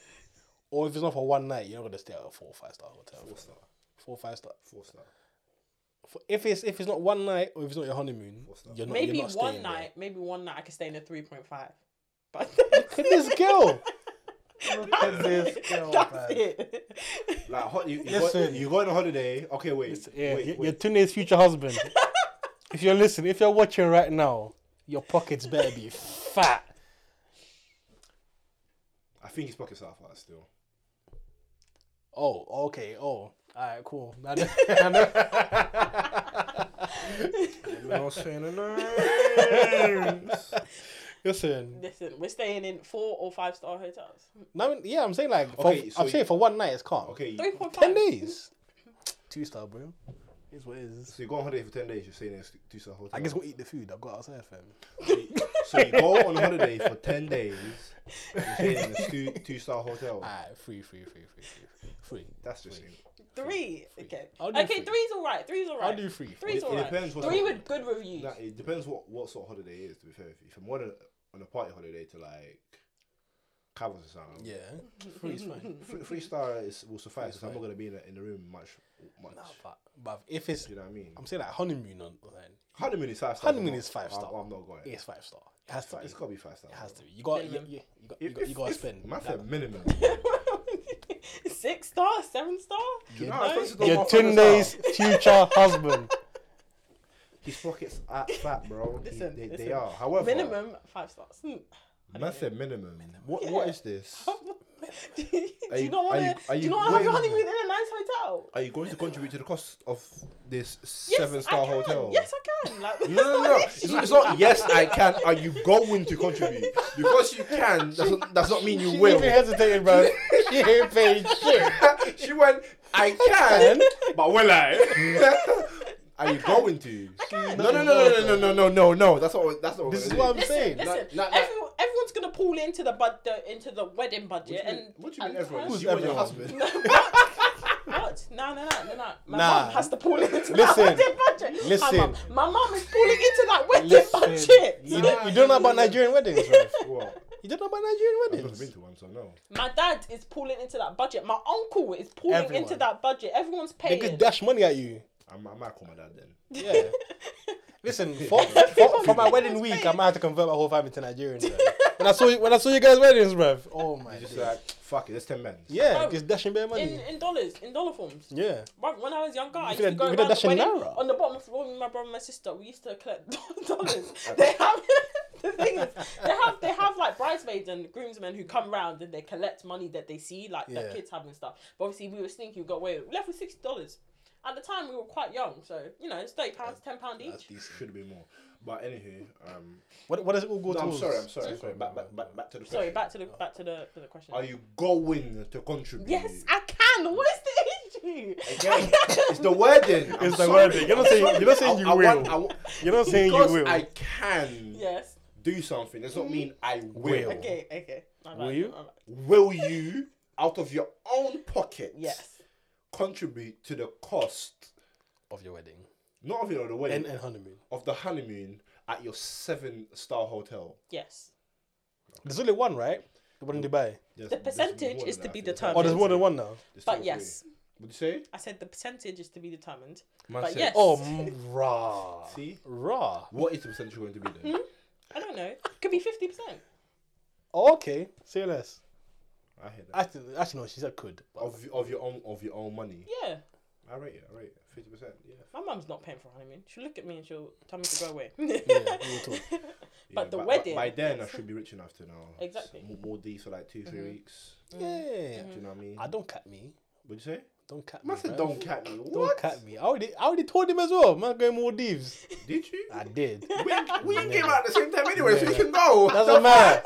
or if it's not for one night, you're not gonna stay at a four or five star hotel.
Four star.
Four or five star.
Four star.
For- If it's if it's not one night or if it's not your honeymoon,
Four star.
you're not.
maybe
you're not
one
staying there.
night, maybe one night I could stay in a 3.5. <laughs>
<laughs>
But
Look at this girl.
Look
at this girl,
That's
man.
it.
Like, hot, you, you,
Listen.
Go, you go on a holiday. Okay, wait.
Yeah,
wait,
your,
wait.
your Tune's future <laughs> husband. if you're listening, if you're watching right now, your pockets better be fat.
I think he's pocket half out still.
Oh, okay. Oh, all right, cool. I know, <laughs> I know.
not saying names.
<laughs> Listen,
<laughs> Listen, we're staying in four or five star hotels.
no, I mean, yeah, I'm saying like, for,
Okay, so
I'm saying for one night it's calm.
Okay, you-
3.5.
ten days, two star, bro. Is what it is.
so you go on holiday for 10 days, you're staying in a s- two-star hotel.
I guess we'll eat the food. I've got outside, fam.
So you go on holiday for 10 days, you're
<laughs>
staying in a two, two-star hotel.
Alright, free, free, free, free, free, free.
That's just it.
Three. Okay.
I'll do
Okay,
three.
three's all right. Three's all right.
I'll do free.
Three's all
It
right.
depends what
Three
sort-
with good reviews.
Nah, it depends what, what sort of holiday it is, to be fair. If- If I'm on a, on a party holiday to like Cavs or something,
Yeah, free is fine.
free, free star is, will suffice because I'm not going to be in the, in the room much. much.
Nah, but, but if it's,
Do you know what I mean?
I'm saying like honeymoon on, then
Honeymoon is five star.
Honeymoon
I'm
is
not-
five star.
I'm, I'm not going.
it's five star. It has to. Be.
It's
It
got to be five star.
has to be. You got. Yeah,
Minimum.
yeah, you got. You got. You got to spend.
My
that-
favorite
<laughs>
minimum.
<laughs> Six star, seven star.
You know
Your-
how expensive those
Your
motherfuckers
ten days
are?
future
<laughs>
husband.
His pockets are fat, bro. He-
Listen,
they, they
listen.
are. However,
Minimum five stars. Hmm. <laughs>
Man said minimum. What what is this?
do you,
Are you-
not
are
want
you-
to?
are
Do
you
you not want to have your
going-
honeymoon in a nice hotel?
Are you going to contribute to the cost of this
Yes,
seven
I
star
can.
hotel?
Yes, I
<laughs>
can. Like,
No, no, no. It's not, it's not yes, I can. Are you going to contribute?
<laughs>
Because you can doesn't does not mean you
She
will.
even hesitating,
<laughs>
bro. she ain't paid shit.
she went, I can, but
<laughs>
will I? <laughs> Are you going to? No, no, no, no, no, no, no, no, no, no. That's what. That's what.
This is
we're gonna
what
do.
I'm saying.
Listen,
Like- like- like-
everyone, everyone's gonna pull into the bud the, into the wedding budget
What do you
and
mean- What do you mean,
and
everyone?
turn-
It's You and your
everyone?
husband.
What? No, no, no, no, no. My
Nah.
mum has to pull into that
Listen.
wedding budget. My
Listen.
mum- My mum is pulling into that wedding
Listen,
budget.
you, don't, you don't know about Nigerian weddings, bro.
What?
You don't know about Nigerian
I've never been
weddings.
to one, so no.
My dad is pulling into that budget. My uncle is pulling
Everyone.
into that budget. Everyone's
They
paying.
could dash money at you.
I might, I might call my dad then.
Yeah.
<laughs>
Listen, for, for, for my wedding week, I might have to convert my whole family to Nigerian. Bro. When I saw you, when I saw you guys weddings, bro. Oh my.
Just
days.
like fuck it, there's ten men.
yeah,
Bro,
just dashing bare money.
in, in dollars, in dollar forms.
yeah.
Bruv, when I was younger, I used
could
to
have-
go
you
around
could have
the
dashed a
wedding
naira.
on the bottom floor with my brother and my sister. We used to collect <laughs>
<laughs>
dollars. they have <laughs> the thing is, they have they have like bridesmaids and groomsmen who come round and they collect money that they see, like
Yeah.
their kids having stuff. But obviously, we were sneaky. We got away with- left with sixty dollars. At the time, we were quite young, so you know, it's thirty pounds, ten pound each.
Should have been more. But anywho, um,
What, what does it all go
no, I'm
towards?
sorry, I'm sorry, I'm sorry. Back, back, back, back to the question.
Sorry, back to the back to the to the question.
Are you going to contribute?
Yes, I can. What is the you.
Again, it's the wording. I'm
It's the
sorry.
wording. You're not saying- you're not saying
I-
you
I want-
will.
I want-
You're not saying you
because
will.
I can
Yes.
do something does not mean I will.
Will.
Mm-hmm. Okay. Okay. My bad,
Will you?
my bad.
Will you, out of your own pocket,
Yes.
contribute to the cost,
Of your wedding
not of your the wedding,
and, and honeymoon.
of the honeymoon at your seven star hotel?
Yes.
There's only one, right? The one in Dubai.
There's-
The
there's
percentage
more
is
than
to
that,
be
I think.
determined.
Oh, there's more than one now.
There's two
But
or
yes,
three. What'd you say?
I said the percentage is to be determined.
Man
But
said-
yes.
Oh, m- raw.
See?
Raw.
What is the percentage going to be then?
I don't know. Could be fifty percent.
Oh, Okay, say less.
Mm-hmm.
I hear that.
Actually, actually, no, she said could. but-
Of, of your own of your own money.
Yeah.
I rate it. I rate it. Fifty percent. Yeah.
My mum's not paying for a honeymoon. She'll look at me and she'll tell me to go away. <laughs>
yeah, we will talk.
Yeah,
the
by- by-
wedding,
By then, I
yes.
should be rich enough to know.
Exactly. Mm-hmm. Mm.
More, more D's for like two, three weeks.
Yeah.
Do you know what I mean?
I don't cat me.
What'd you say?
Don't cat me.
Man said
bruv.
don't cat me.
Don't
What?
cat me. I already, I already told him as well. Man, going Maldives.
Did you?
I
<laughs>
did.
We, we came out at the same time anyway, so you
Doesn't
can go. <laughs>
matter.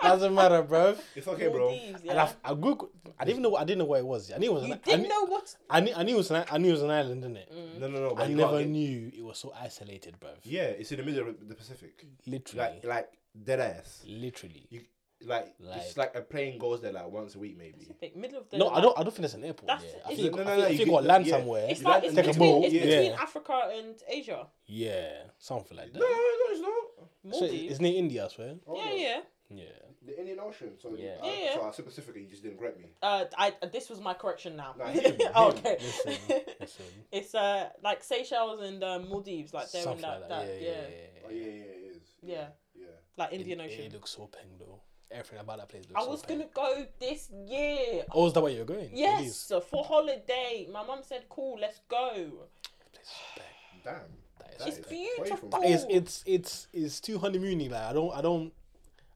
Doesn't matter, bruv.
It's okay, bro.
Maldives,
And
yeah.
I, I Googled. I didn't even know. what- I didn't know what it was. I knew it was.
You
an, I,
didn't
knew,
know what?
I knew. I knew it was. An, I knew it was an island, didn't it?
No, no, no. But
I
you
never
can't get-
knew it was so isolated, bruv.
Yeah, it's in the middle of the Pacific.
Literally.
Like, like dead ass.
literally.
You like,
Like-
it's like a plane goes there like once a week maybe.
Pacific, middle of the.
No, I don't. I don't think there's an airport.
That's-
there. I
it's-
think you
No,
got-
no,
I
no,
think- I
you
think you
do-
got land
yeah.
somewhere.
It's
You
like
like
it's
to take a
between,
boat,
it's
yeah.
between
Yeah.
Africa and Asia.
Yeah, something like
No, no,
that.
no, it's not.
So it-
Maldives.
it's near India, I swear.
Hold
yeah,
on.
yeah.
Yeah.
Oh, The Indian Ocean. So
Yeah.
I,
Yeah, yeah.
So I said Pacific, and you just didn't correct me.
Uh, I this was my correction now.
No,
<laughs>
him, him.
okay.
Listen,
<laughs>
listen.
it's uh like Seychelles and uh, Maldives, like they're in
Something
that,
like
that,
that. Yeah,
yeah,
yeah, yeah.
Oh yeah, yeah, it is.
Yeah.
yeah.
like
It-
Indian
it,
Ocean.
looks so peng though. Everything about that place looks
I
so
was
peng.
gonna go this year.
Oh, is that where you're going?
Yes,
Belize?
so for holiday. My mum said, "Cool, let's go."
That place is so peng.
Damn.
That
That
is
It's
is
beautiful.
playful.
it's it's it's it's too honeymoony. Like I don't I don't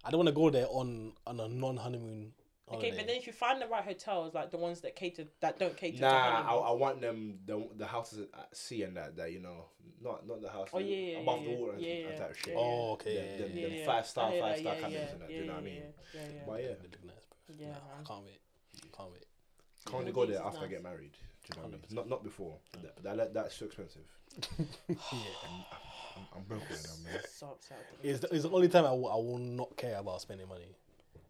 I don't want to go there on on a non honeymoon.
Okay, but then if you find the right hotels, like the ones that cater that don't cater
Nah,
to
I, I
honeymoons.
want them the the houses at sea and that that you know not not the house
Oh, yeah, yeah,
above
yeah,
the water and,
yeah,
and
yeah,
type of shit.
yeah,
Oh, okay.
Them-
yeah,
them-
yeah,
them
yeah.
five star,
I hear
five
that,
star
yeah,
cabins
yeah,
and that.
yeah,
do you know what I
yeah,
mean?
yeah, yeah, yeah.
But yeah,
They look nice, bro.
Yeah,
Nah,
man.
I can't wait. Can't wait.
I can only go
Maldives
there
is
after I
nice.
get married. Do you know what I mean? Not not before. That, that, that- that's too
<laughs>
expensive.
yeah.
I'm, I'm broke right now, man.
So upset. at the-
It's the, it's the only time I will, I will not care about spending money.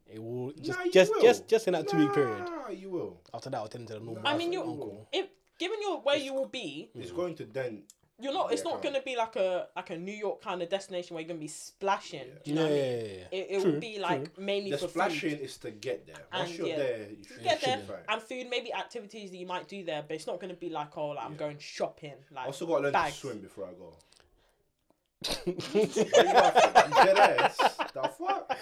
It will just
Nah, you
just,
will.
just just in that two week period.
Nah, you will.
After that, I'll turn into the normal.
I mean, you-
uncle.
If given your where you will be,
It's going to dent.
you're not. It's
Yeah,
not
come on.
gonna be like a like a New York kind of destination where you're gonna be splashing. Do you know
Yeah,
what I mean?
yeah, yeah, yeah.
It, it
True,
will be like mainly
The
for
splashing
food
is to get there. Once
And
you're
yeah.
there, you should
get there
should be fine.
and food, maybe activities that you might do there, but it's not gonna be like oh, like, I'm going shopping.
I
Like
also got to learn
bags.
to
<laughs>
swim before I go. Are you
<laughs>
laughing? You deadass. <laughs> The fuck?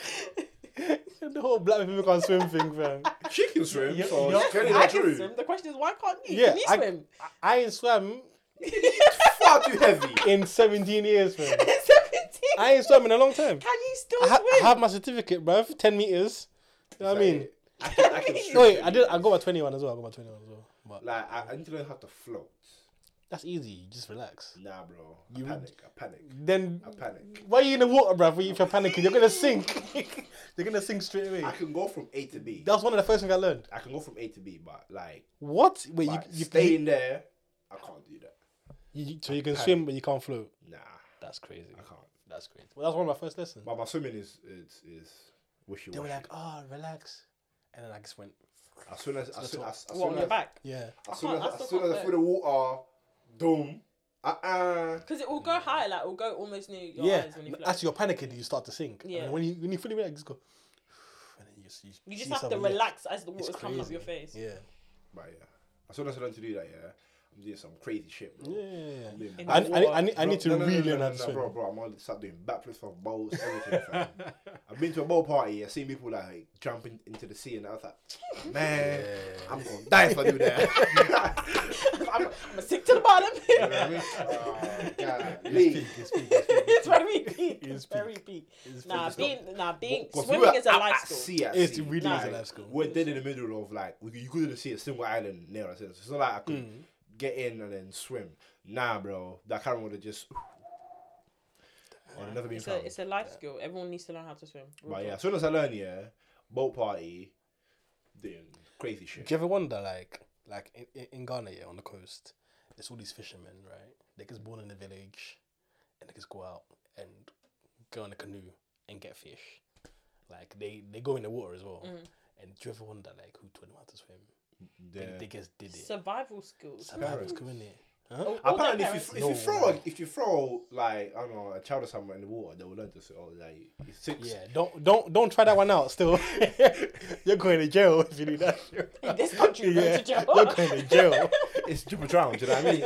<laughs> the whole black people can't swim thing, fam.
She can swim,
Yeah,
so
yeah.
it's clearly
I
not
can
true.
swim. The question is why can't you?
Yeah,
can you
I- <laughs>
swim? <laughs>
I, I ain't swam
It's far
<laughs>
too heavy.
in 17 years, fam.
Seventeen.
I ain't swam in a long time.
Can you still
I, ha- I
swim?
have my certificate, bruv. 10 meters. You know what I mean?
I can, I
<laughs>
can swim.
No, wait, I did. I got my 21 as well. I got my 21 as well. But
Like, I, I need to learn how to float.
that's easy. You just relax.
Nah, bro. I
You-
panic. I panic.
Then
I panic.
why are you in the water, bruv? If you're panicking, you're gonna sink. <laughs> you're gonna sink straight away.
I can go from A to B.
That was one of the first things I learned.
I can go from A to B, but like,
What? Wait, you,
like
you,
staying
you,
there, I can't do that.
you- so you can swim but you can't float.
Nah,
That's crazy.
I can't.
That's crazy. Well, that's one of my first lessons.
But my swimming is is is wishy
They were
washy.
like, "Oh, relax," and then I just went,
as soon as as soon as as
What
soon
on your
as,
back?
"Yeah."
as soon
I can't-
as
I
as
still
soon as I
can't
feel the water, doom. Uh uh
Because it will go high, like it will go almost near your
yeah.
eyes when you
n-
float.
As you're panicking, you start to sink. Yeah.
Yeah.
And then when you when you fully relax, just go. <sighs> And then you just you,
you
see
just have to
yourself, yeah.
relax as the
It's
water's coming up
crazy.
your face.
Yeah.
But yeah, as soon as I learn to do that, yeah, I'm doing some crazy shit, bro.
Yeah.
I'm doing
In
I,
back-
the
I, I,
water.
need, I need to
No, no, no,
really learn
no, no,
how to
no,
swim.
bro, bro. I'm gonna start doing backflips from bowls, everything. fam. I've been to a bowl party. I've seen people like jumping into the sea, and I was like, <sniffs> man, I'm gonna die if I do that. <laughs> I'm-
I'm gonna <laughs> stick to the bottom.
<laughs>
<laughs>
you know what I mean? Oh, God.
It's peak, it's peak, it's peak.
it's very peak.
It is
It's very peak.
It's
Nah,
peak.
being nah being
'Cause we
swimming
were
is a
out
life
at
skill.
sea, at
It's
sea.
really is a
Nah.
life school.
We're dead in the middle of like we- you couldn't see a single island near us. It's not like I could
Mm.
get in and then swim. Nah, bro, that current would have just. I'd have never been
It's a
found.
it's a life skill. Everyone needs to learn how to swim. Real
But
talk.
yeah, as soon as I learned, yeah, boat party, doing crazy shit.
Do you ever wonder, like, like in, in- in Ghana, yeah, on the coast, there's all these fishermen, right? They just born in the village, and they just go out and go on a canoe and get fish. Like they they go in the water as well.
Mm.
And do you ever wonder like who taught them how to swim? They-
Yeah.
They, just did it.
Survival skills.
Survivors
Parents.
coming it.
Oh, all their
Apparently, if you,
parents-
if you
No
throw
way.
a, if you throw like I don't know a child or someone in the water, they will learn to swim. Or like it's six.
Yeah, don't don't don't try that one out. Still, <laughs> you're going to jail if you do that. shit.
<laughs> In this country, you're going to jail.
You're going
<laughs>
to jail.
<laughs> It's jump drown. Do you
<laughs>
know what I mean?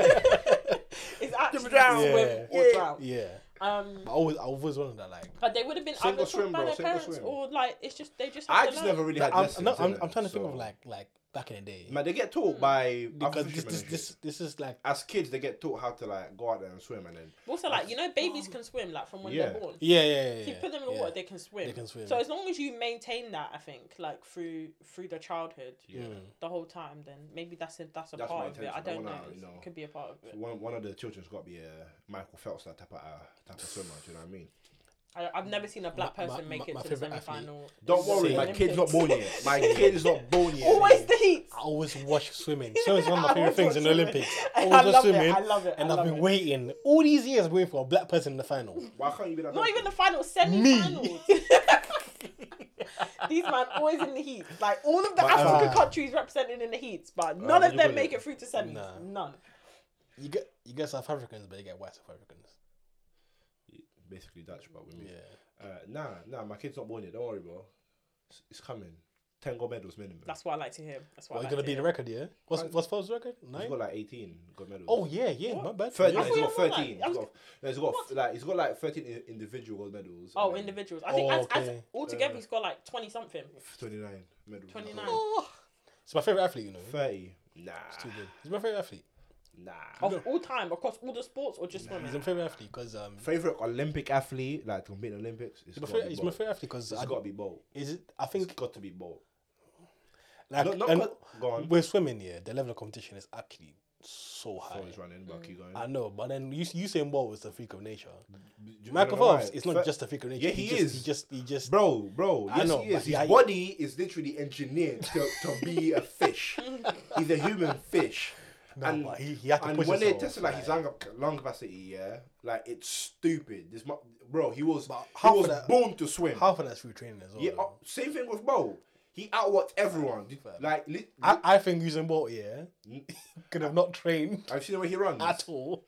It's actually
drown.
swim
Yeah.
or
Yeah.
drown.
yeah,
Um,
I always I always wondered that. Like,
but they would have been
Single
either
swim,
taught by
bro,
their
single
parents
swim.
or like it's just they just. Have
I
to
just
learn.
never really had
I'm,
lessons.
no, I'm,
innit?
I'm trying to think of
So-
like like back in the day
man, they get taught by
because
other
this this,
fishermen.
this this is like
as kids, they get taught how to like go out there and swim, and then
Also, like you know, babies can swim like from when
Yeah.
they're born.
yeah yeah yeah.
If you
yeah,
put them in the
yeah.
water, they can swim.
They can swim.
So as long as you maintain that, I think, like through through their childhood,
Mm.
the whole time, then maybe that's a that's a
That's my
part of it.
intention.
I
I
don't know.
wanna, you
It's-
know,
Could be a part of it.
one one of the children's got to be a Michael Phelps that type of uh, type of swimmer. Do you know what I mean?
I, I've never seen a black
My- my-
person make
my-
it
my
to the
favourite
semi
athlete.
final.
Don't worry,
See.
my kid's not born yet.
<laughs>
My kid is not born yet.
Oh.
Always the heat.
I always watch
<laughs>
swimming. So it's one of my
I
favorite
always
things
watch
in the
swimming.
Olympics.
<laughs> I
always watch
love it,
swimming,
I love it, I
and I've
love
been
it.
waiting all these years waiting for a black person in the final.
Why can't you be that?
Not
person?
even the final, semi finals. <laughs> These man always in the heat. Like all of the
But,
African
uh,
countries represented in the heats, but none
you
of them
got
make
it.
it through to semis.
Nah.
None.
You get you get South Africans, but you get white South Africans.
basically Dutch, but women.
Yeah,
Uh, nah, nah, my kid's not born yet. Don't worry, bro. It's, it's coming. Ten gold medals minimum.
That's what I like to hear. That's what
well, you're
I like
gonna
to
beat
hear.
the record, yeah. What's
Right.
what's Paul's record?
he's
Nine.
got like eighteen gold medals.
Oh yeah, yeah, my bad.
Thirteen,
Yeah.
no, he's
I
got
thought you were
thirteen.
like- I
He's
was-
got, no, he's got like he's got like thirteen i- individual gold medals.
Oh, individuals. I think
Oh,
as, as
okay.
altogether he's got like twenty something.
Twenty nine medals.
29.
Oh. It's my favorite athlete, you know.
Thirty. Nah.
It's too Oh. good. He's my favorite athlete.
Nah.
Of all time, across all the sports or just
He's
swimming.
my favorite athlete because um,
Favorite Olympic athlete, like to compete in Olympics.
he's
It's
my
gotta
favorite,
be
he's my
Bolt.
favorite athlete because
It's
I
got to be Bolt.
is it, I
It's
think
got to be Bolt.
like
Not, not
and
co- go on.
with swimming, yeah, the level of competition is actually so high.
Sorry, it's running, but keep going.
I know, but then you Usain Bolt is a freak of nature.
Do you
Michael
know why?
Phelps, it's not
Fe-
just a freak of nature.
Yeah, he
just,
is.
He just, he just.
Bro, bro,
I
yes,
know,
he is.
but
His
I-
body is literally engineered to, to be a fish. He's a human fish.
No,
and
but he, he had to
and
push
when they
himself,
tested like his lung, lung capacity, yeah, like it's stupid. This mu- bro, he was
But
he
half
was
of that-
born to swim.
half of that's through training as well.
yeah,
though.
uh, same thing with Bo. He outworked everyone. Did- Like li-
I, I think Usain Bolt, yeah, <laughs> could have not trained <laughs>
I've seen the way he runs.
at all,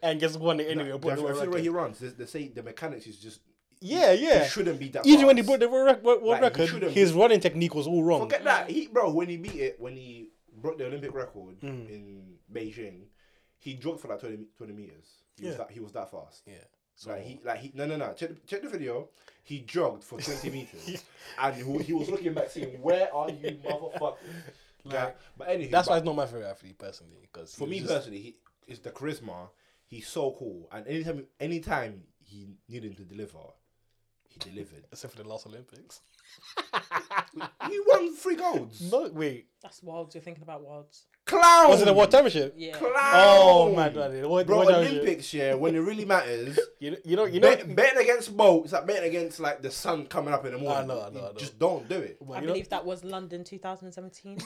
and just won it anyway. and
I've
put the
I've
world
seen the way he
record.
runs. They, they say the mechanics is just
Yeah, yeah.
He shouldn't be that.
Even when he
fast.
broke the world, rec- world
Like, he
record,
shouldn't
his running technique was all wrong.
Forget that. He bro, when he beat it, when he broke the Olympic record
Hmm.
in Beijing, he jogged for like 20, 20 meters. He was
Yeah.
that he was that fast.
Yeah. So
Like he, like he, no, no, no. Check, the- check the video. He jogged for
<laughs>
twenty meters, and he, he was looking back, saying, "Where are you, motherfucker?"
<laughs>
yeah. But anyway,
that's why he's not my favorite athlete personally. Because
for me personally, he is the charisma. He's so cool, and anytime, anytime he needed him to deliver, he
<laughs>
delivered.
except for the last Olympics.
he won three golds.
No, wait.
That's wilds. You're thinking about wilds.
Clown.
Was it the World Championship?
Yeah.
Clown.
Oh my god! The World,
Bro,
World Championship.
Olympics, yeah, when it really matters.
You know, you know, <laughs> you know.
bet, betting against Bolt, it's like betting against like the sun coming up in the morning.
know, I know,
You
I know.
Just don't do it.
well,
I
you know-
believe that was London 2017.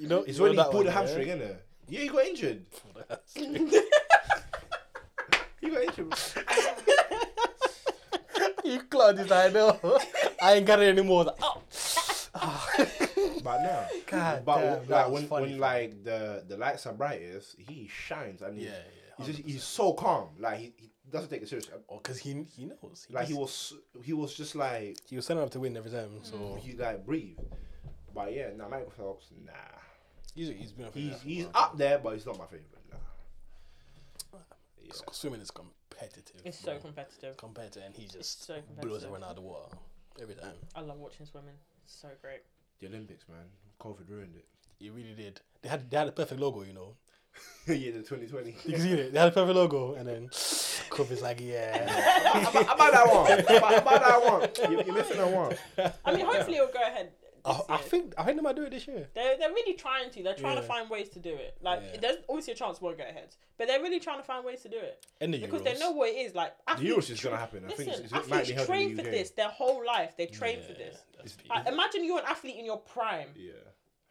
You know,
It's
you
when
know
he
that
pulled a
one,
hamstring, in innit? Yeah, he got injured.
yeah?
He got injured.
<laughs>
<laughs>
you clown this, I
<laughs>
know. I ain't got it anymore.
<laughs>
Like, oh.
but now,
God
but
damn,
when-
that
like
was
when,
funny,
when
fam.
like the the lights are brightest, he shines and he,
Yeah, yeah,
he's just he's so calm. Like he, he doesn't take it seriously.
because Oh, he he knows. He
Like he
was,
was he was just like
he was setting up to win every time. So
Mm.
he like breathed. But yeah, now nah, Michael Phelps, nah,
he's he's been a favorite
he's
athlete,
he's
man.
up there, but he's not my favorite. Nah.
It's- Swimming is competitive.
it's so
bro.
competitive.
compared to, and he just
so
blows
competitive.
everyone out of the water every time.
I love watching swimming. It's so
<laughs>
great.
The Olympics, man, COVID ruined it.
<laughs> He really did. They had they had a perfect logo, you know.
yeah, the <laughs> 2020.
You can see it. They had a perfect logo, and
<laughs>
then Kobe is like, yeah.
about, about that one. About, about that one. You, you're missing that one.
I mean, hopefully it'll go ahead. This
I, I
year.
think I think they might do it this year.
They're, they're really trying to. They're trying
Yeah.
to find ways to do it. Like,
Yeah.
there's obviously a chance it won't go ahead. But they're really trying to find ways to do it.
And the
Because
Euros.
they know what it is. Like,
The Euros is going to happen. I
Listen,
think it's, it's, it might be
athletes
held
train
in the
for
UK.
this their whole life. They train
Yeah,
for this.
that's big.
Like, imagine you're an athlete in your prime.
Yeah.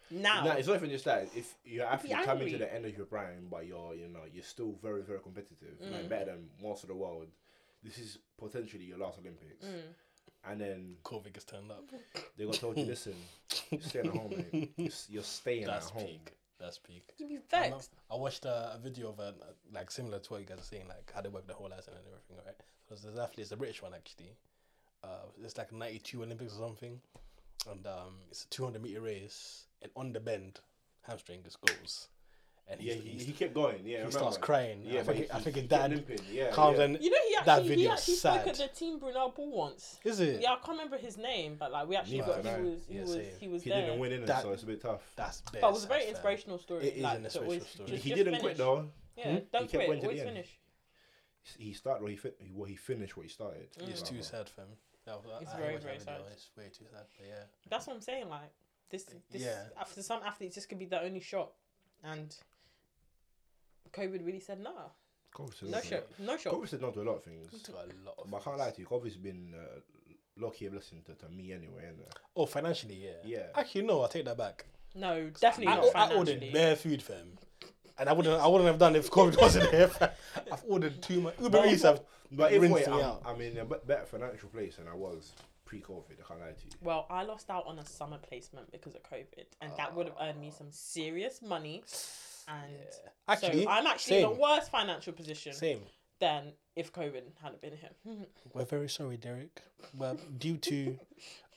now.
No, it's not even just that. If you're actually
Be
coming to
angry.
the end of your prime, but you're you know you're still very very competitive, like better than most of the world. This is potentially your last Olympics, and then
COVID gets turned up.
they got told you, listen, you're staying at home,
<laughs>
<laughs> mate. You're, s- you're staying
That's
at home.
peak. That's peak.
You'd be
I,
vexed.
love- I watched a, a video of a like similar to what you guys are saying, like how they work the whole lesson and everything, right? Because there's actually it's a British one actually. Uh, it's like '92 Olympics or something, and um, it's a 200 meter race, and on the bend, hamstring just goes, and
Yeah,
he's,
he,
he's,
he kept going. Yeah, I
he
remember.
starts crying.
Yeah,
I
but
think,
he-
I
he-
think
he
his
kept
dad
limping, yeah,
comes
yeah.
and
You know, he
That
actually, he
video's
actually spoke at the
sad.
Team Brunel Ball once.
is it?
Yeah, I can't remember his name, but like we actually
Neither
got,
can I.
he was, he
Yeah,
was,
same.
he was
He
there.
didn't win in
That-
so it's a bit tough.
That's best.
But it was a very
that's fair.
inspirational story.
It is
like,
an
to always
inspirational story.
just-
he
just
didn't
finish.
quit though. Hmm?
Yeah,
He
don't
kept going
quit.
to the
Always
end.
finish.
He started what he fit. Well, he finished what he started.
It's
Like,
Mm. too
oh.
sad for him. That was,
It's
I- I
very,
watched that
very
video,
sad.
It's way too sad. But yeah.
That's what I'm saying. Like this, this
Yeah.
uh, for some athletes, this could be their only shot, and COVID really said no,
Kobe said
no
no to-
shot, no shot.
Kobe said no to a lot of things.
To a lot of
But I can't lie to you. Kobe's been uh, lucky a blessing to, to me anyway. Isn't it?
Oh, financially, yeah.
Yeah.
Actually, no. I take that back.
No, definitely
I,
not
I ordered
financially.
bare food for him, and I wouldn't. I wouldn't have done if COVID <laughs> wasn't here. fam. I've ordered too much. Uber Eats have
But
rinsed
anyway,
me
I'm,
out.
I'm in a bet- better financial place than I was pre-COVID. I can't lie to you.
Well, I lost out on a summer placement because of COVID, and that would have earned me some serious money. And
Actually,
so I'm actually in
same.
a worse financial position
Same.
than if COVID hadn't been <laughs> here.
We're very sorry, Derek, but due to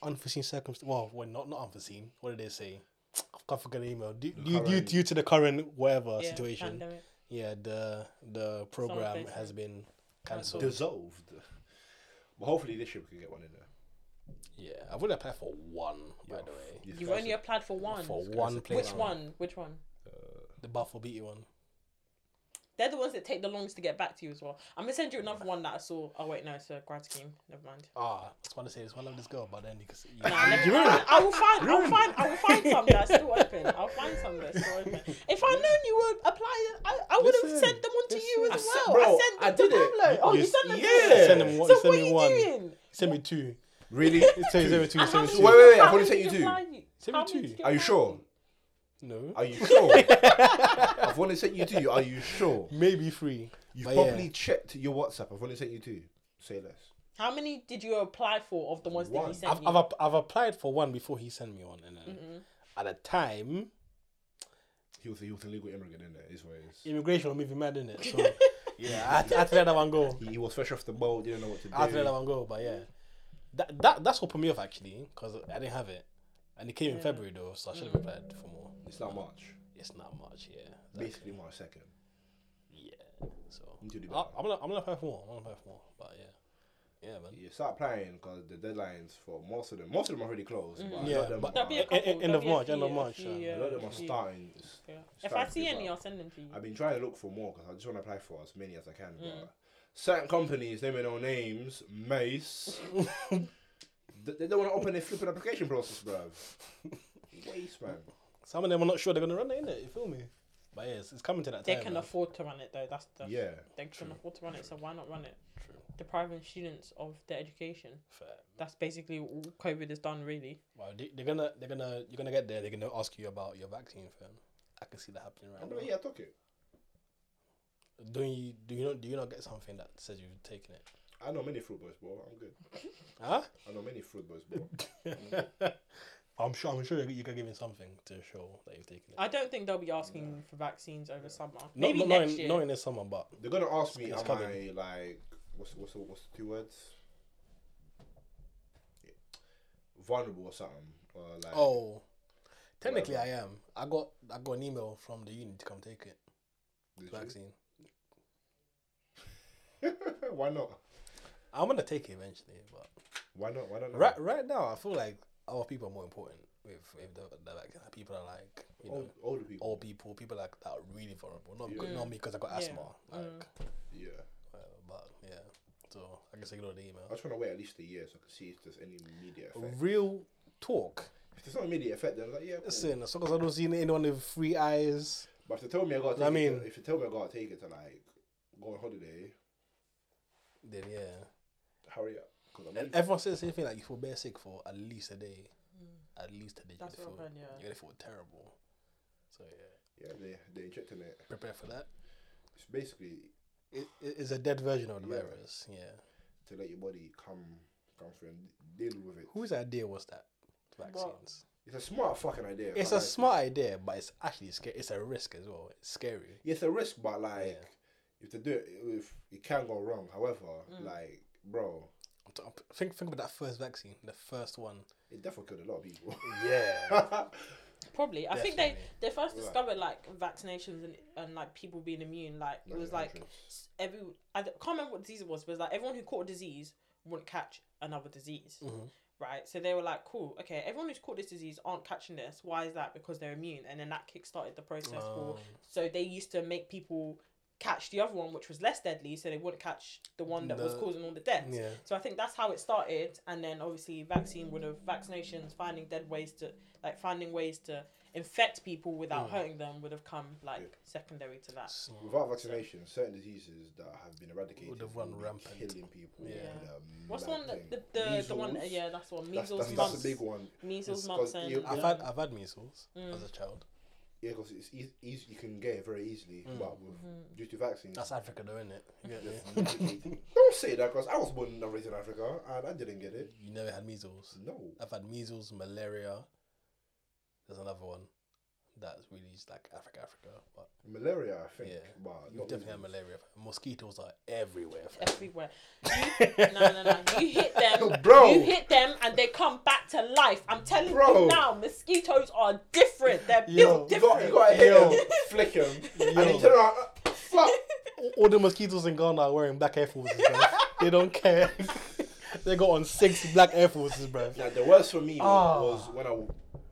unforeseen circumstances, well, we're not not unforeseen. What did they say? I can't forget the email. Due, due, due,
current-
due to the current whatever
Yeah,
situation,
pandemic.
yeah, the the program
placement.
has been cancelled.
Dissolved. But hopefully this year we can get one in there.
Yeah, I've only applied for one, by the way.
These
You've
guys
only
are-
applied for one.
For one place.
Which one? Which one?
uh,
The Buffalo Beatty one.
They're the ones that take the longest to get back to you as well. I'm gonna send you another one that I saw. Oh wait, no, it's a grad scheme. Never mind.
Ah, I just want to say this. I love this girl, but then <laughs> you can see.
Nah, let me- I, I will find. I will find. I will find some that's still open. I'll find some that's still open. If I known you were applying, I, I would have
Listen,
sent them on to you
listen.
as
I sent-
well.
bro,
I sent them
I
to
did it.
Pablo. Oh, you
You-
sent them. to
yeah.
me?
Send him one.
So
send
what
me
are you
one.
doing?
Send me two. <laughs>
Really?
Send me, send me two.
And how
Send me
many
two.
Wait, wait, wait,
people-
I've
how
only
many
sent you
did
two.
apply you-
Send
how
me
many
two.
did
Are you
apply
sure?
No.
Are you sure? I've only sent you two. Are you sure?
Maybe three.
You've
But yeah.
probably checked your WhatsApp. I've only sent you two. Say less.
How many did you apply for of the ones that
One.
he sent
I've,
you?
I've, app- I've applied for one before he sent me one, and then at the time,
He was, he was an illegal immigrant in there, is what it is.
immigration will make you mad in it.
<laughs>
So yeah, I, had to- I had to let that one go.
He, he was fresh off the boat, didn't know what to do.
I had to let that one go. But yeah, that, that that's what put me off actually, because I didn't have it, and it came
Mm.
in February though, so I should have applied for more.
It's not much.
It's not much, yeah.
Basically, my second.
Yeah. So
You do the
I,
better.
I'm gonna I'm gonna apply for more. I'm gonna apply for more. But yeah, yeah, man. <laughs>
You start applying because the deadlines for most of them, most of them are already closed. But a lot
Yeah,
of them
but-
are,
There'll be a
Uh, e- e-
couple.
end
there'll
of
be a
March, end
few-
of
a
March,
few,
yeah.
yeah,
a lot of them
a
are
few.
starting.
Yeah. If
starting
I
to
see
give
any,
up.
I'll send them to you.
I've been trying to look for more because I just want to apply for as many as I can.
Mm.
But certain companies, naming no names,
<laughs>
Mace, th- they don't want to open their flipping application process, bruv. Waste, man.
Some of them are not sure they're gonna run it, innit? You feel me? But yeah, it's, it's coming to that
They
time.
can
man.
afford to run it though. That's the
Yeah.
They can afford to run it, so why not run it?
True.
Depriving students of their education.
Fair.
That's basically all COVID has done, really.
Well, they, they're gonna they're gonna you're gonna get there. They're gonna ask you about your vaccine, fam. I can see that happening
I'm
right now.
like, yeah, I took it.
Don't you do you not do you not get something that says you've taken it?
I know many fruit boys, bro. I'm good. <laughs>
Huh?
I know many fruit boys, bro.
I'm sure I'm sure you're, you're giving something to show that you've taken it.
I don't think they'll be asking for vaccines over summer.
Not-
Uh, Maybe
not, not,
next
in,
year.
not in the summer, but
They're gonna ask me,
It's
am I
coming.
like what's what's the- what's the two words? Vulnerable or something, or like
oh, technically I am. I got I got an email from the uni to come take it.
Did you?
Vaccine.
<laughs> Why not?
I'm gonna take it eventually, but
Why not? Why not? now?
right right now I feel like our people are more important with with the, the vaccine. People are like you know.
Old, older people.
old people, people like that are really vulnerable. Not,
Yeah.
not me because I got
Yeah.
asthma. Like,
Yeah.
uh, but yeah. So I guess I ignore the email.
I just want to wait at least a year so I can see if there's any immediate effect.
Real talk.
If there's no immediate effect, then I'm like, yeah. cool.
Oh. Listen, as long as I don't see anyone with three eyes,
But if they tell me I gotta, take
I
it
mean-
to, if they tell me I gotta take it to like go on holiday,
then yeah.
hurry up. 'cause I'm
And everyone says the same thing. Like you feel bare sick for at least a day. At least they
Mm. That's
they
what
feel-
I've heard, yeah.
they feel terrible. So yeah,
Yeah, they they're injecting it.
prepare for that.
It's basically
It, it- it's a dead version of the
Yeah.
virus. Yeah.
to let your body come come through and deal with it.
Whose idea was that? Vaccines.
It's a smart fucking idea.
It's
but
a
like-
smart idea, but it's actually scary. It's a risk as well. It's scary.
yeah, It's a risk, but like
Yeah.
if they do it, if it can go wrong. However,
Mm.
like bro,
I'm t- I'm t- Think think about that first vaccine, the first one.
it definitely killed a lot of people.
Yeah.
Probably. I think they
Definitely.
they first
Right.
discovered like vaccinations and, and like people being immune. Like
<laughs>
it was like s- every I d- can't remember what disease it was, but it was like everyone who caught a disease wouldn't catch another disease.
Mm-hmm.
Right, so they were like, "Cool, okay, everyone who's caught this disease aren't catching this. Why is that? Because they're immune." And then that kick-started the process
Um.
for. So they used to make people catch the other one, which was less deadly, so they wouldn't catch the one that was
The-
causing all the deaths.
yeah.
So I think that's how it started, and then obviously vaccine would have vaccinations, finding dead ways to like finding ways to infect people without
Mm.
hurting them would have come like
Yeah.
secondary to that.
So-
Without vaccination, certain diseases that have been eradicated
Would have run
be
rampant.
killing people.
Yeah.
and, um,
What's the
like
one that the
thing.
the, the one?
Measles?
Yeah, that's the one.
That's,
Measles,
that's, that's
mumps,
a big one.
measles,
It's
mumps,
'cause
and
you-
I've
um,
had I've had measles
Mm.
as a child.
Yeah, because it's easy, easy. You can get it very easily, but with,
Mm-hmm.
due to vaccines,
Mm. That's Africa, though, isn't
<laughs>
it? You, get me? <laughs>
don't say that because I was born and raised in Africa and I didn't get it.
You never had measles.
No.
I've had measles, malaria. There's another one that's really just like Africa, Africa. But
Malaria, I think.
Yeah.
But
you
not
definitely had
measles.
malaria. Mosquitoes are everywhere. fam.
everywhere. You,
<laughs>
no, no, no. You hit
<laughs>
them,
Bro.
You hit them, and they come back to life. I'm telling
Bro.
you now, mosquitoes are different. They're
Yo.
built
You got,
different.
you got to hit
Yo.
him, flick him,
<laughs>
and
Yo.
you turn around. uh, Fuck.
All the mosquitoes in Ghana are wearing black Air Forces, bro. they don't care. <laughs> they got on six black Air Forces, bro.
Now, the worst for me
Ah.
was, was when I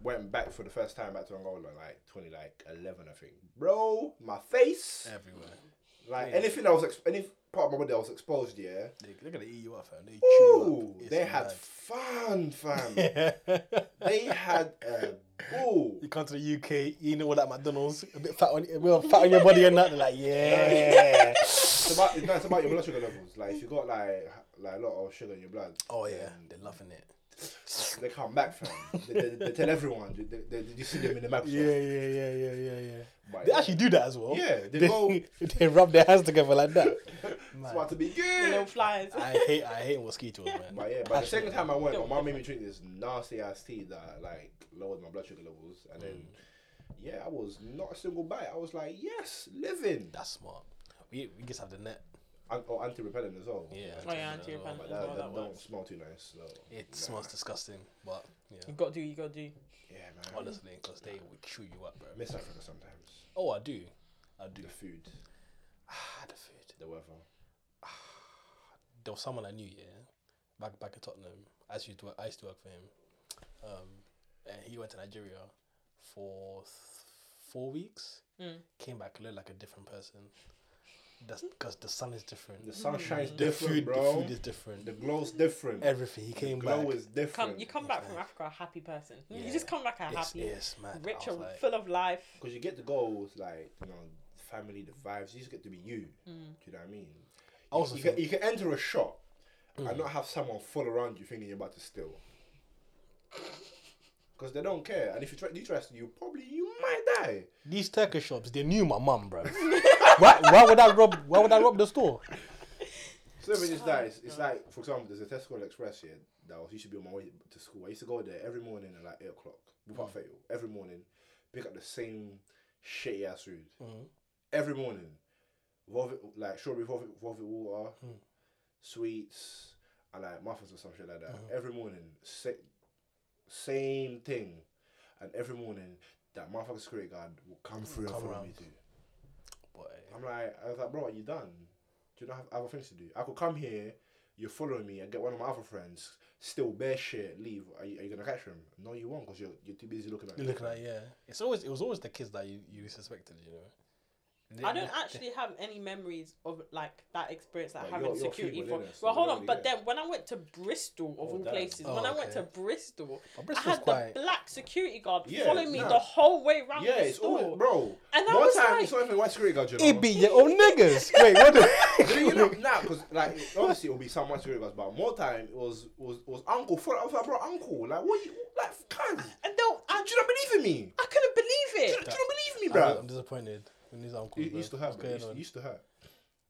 went back for the first time back to Angola, like 20, like 11, I think. Bro, my face,
Everywhere.
like
yeah.
anything that was, exp- any part of my body that was exposed, yeah.
They, they're gonna eat you up, fam. They
Ooh,
chew you up. It's
they had
mad. <laughs>
fun, fam. they had a bull.
You come to the UK, you know what that McDonald's, a bit fat on, a bit fat on your body and that. They're like,
<laughs>
yeah.
It's about, it's, it's about your blood sugar levels. Like, if you got like h- like a lot of sugar in your blood,
oh yeah, they're loving it.
they come back, fam. They, they, they tell everyone. They, they, they, you see them in the map.
Yeah, yeah, yeah, yeah, yeah, yeah.
But
They actually do that as well.
Yeah, they
they,
go-
<laughs> they rub their hands together like
<laughs>
that.
it's about to be
The
good.
little flies. <laughs>
I hate, I hate mosquitoes, man.
But yeah, but the
Actually,
second time I went, my mom made me drink this nasty ass tea that like lowered my blood sugar levels, and then
Mm.
yeah, I was not a single bite. I was like, yes, living.
that's smart. We, we just have the net.
And, oh, anti-repellent as well.
Yeah.
Oh yeah, anti-repellent
But
as
that, that
well. That
don't
works.
smell too nice. So
It smells disgusting, but yeah,
You got to do. You got to do.
yeah, man.
honestly, because they will chew you up, bro.
I miss Africa sometimes.
Oh, I do, I do.
The food,
Ah, the food.
the weather.
there was someone I knew, yeah, back back in Tottenham. I used to work, I used to work for him, um, and he went to Nigeria for th- four weeks.
Mm.
Came back looked like a different person. That's because the sun is different.
The sun shines
Mm. The
different,
food,
bro.
the food is different.
The glow's different.
Everything. He
The
came
glow
back.
is different.
Come, you come back from Africa a happy person. You just come back a
it's,
happy,
it's mad.
rich,
I was
and
like,
full of life.
Because you get to go with like, you know, family, the vibes. You just get to be you. Do you know what I mean?
I also Mm.
you, can,
think-
you can enter a shop and not have someone full around you thinking you're about to steal. Because they don't care. And if you try, they try to you, probably you might die.
These Turkish shops, they knew my mum,
<laughs>
bro. why, why would I rob? Why would I rob the store?
So when it's like, it's like, for example, there's a Tesco Express here that was used to be on my way to school. I used to go there every morning at like 8 o'clock without fail. Every morning, pick up the same shitty ass food. Every morning. Velvet, like strawberry velvet, velvet water, sweets, and like muffins or some shit like that. Every morning, sa- same thing. And every morning, that motherfucking security guard will come through and
Come
follow
round.
me too.
Boy,
I'm like, I was like, bro, are you done? Do you not have other things to do? I could come here, you're following me, and get one of my other friends, still bear shit, leave. Are you, are you gonna catch him? No, you won't, because you're, you're too busy looking at
you
me.
look like yeah. It's always it was always the kids that you, you suspected, you know.
I don't actually have any memories of like that experience that
Like,
having
you're- you're
security
feeble,
for.
innit? So
well,
you
hold
don't
on,
really
but
get it.
then when I went to Bristol of
Oh,
all
damn.
places,
Oh,
when I went
okay.
to Bristol,
But
I
Bristol's
had the
quite.
black security guard
Yeah,
follow me
nah.
the whole way round
Yeah,
the
it's
store.
all bro.
And I
One
was
time,
like-
it's not even white security guard, you know.
It be your own
<laughs>
niggas. Wait, what <laughs>
Do
the?
you know now? Because like obviously it'll be some white security guards, but more time it was was was uncle. For I was like, bro, uncle, like what you like? Can do
and they'll, I,
you not believe in me?
I couldn't believe
Do
it.
you, do you not believe me,
I'm,
bro?
I'm disappointed in these uncles.
It
bro.
used to hurt,
What's
bro. It
going
used,
on?
it used to hurt.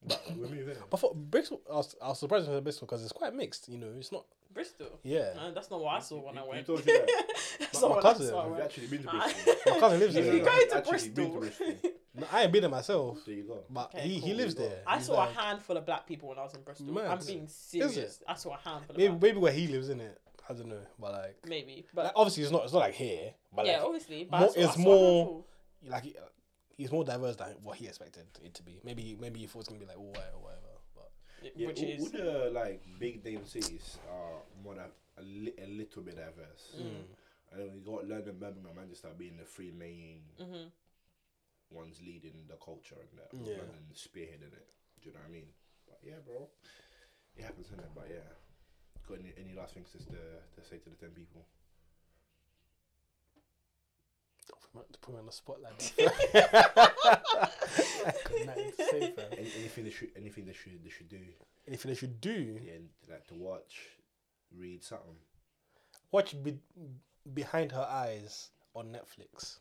But we're moving.
I thought Bristol. I was, I was surprised with Bristol because it's quite mixed. You know, it's not.
Bristol.
Yeah,
Uh, that's not what I saw when I
you
went.
told you
<laughs>
that.
That's
My-
not
my
what I
cousin,
saw
Have
when
you
I
actually been to
Ah. <laughs>
Bristol?
my cousin lives
If
No,
you
no,
there.
no,
go
I've
to
actually been to
Bristol.
Bristol. <laughs>
No, I ain't been there myself,
There you go.
but
Okay,
he, he
cool.
lives there.
I
He's
saw a
like-
handful of black people when I was in Bristol.
Mad.
I'm being serious. I saw a handful of
Maybe,
black
maybe where he lives in it. I don't know, but like,
maybe,
like,
but
obviously it's not it's not like here, but
yeah,
like
obviously. But I
more-
saw- I
it's
saw a
more-
handful.
like he- he's more diverse than what he expected it to be. Maybe maybe he thought it was gonna be like all white or whatever. But
Yeah,
which
all,
is
all the like big name cities are more than a, li- a little bit diverse. And then we got London, Birmingham, Manchester being the three main
hmm
ones leading the culture and that
Yeah.
London spearheading it. Do you know what I mean? But yeah, bro, it happens in it. But yeah, got any, any last things to, s- to to say to the ten people?
don't put me- put me on the spot like that. I
<laughs>
could not even say, fam.
Any, anything they should anything they should they should do?
Anything they should do?
Yeah, like to watch, read something.
Watch be- behind her eyes on Netflix.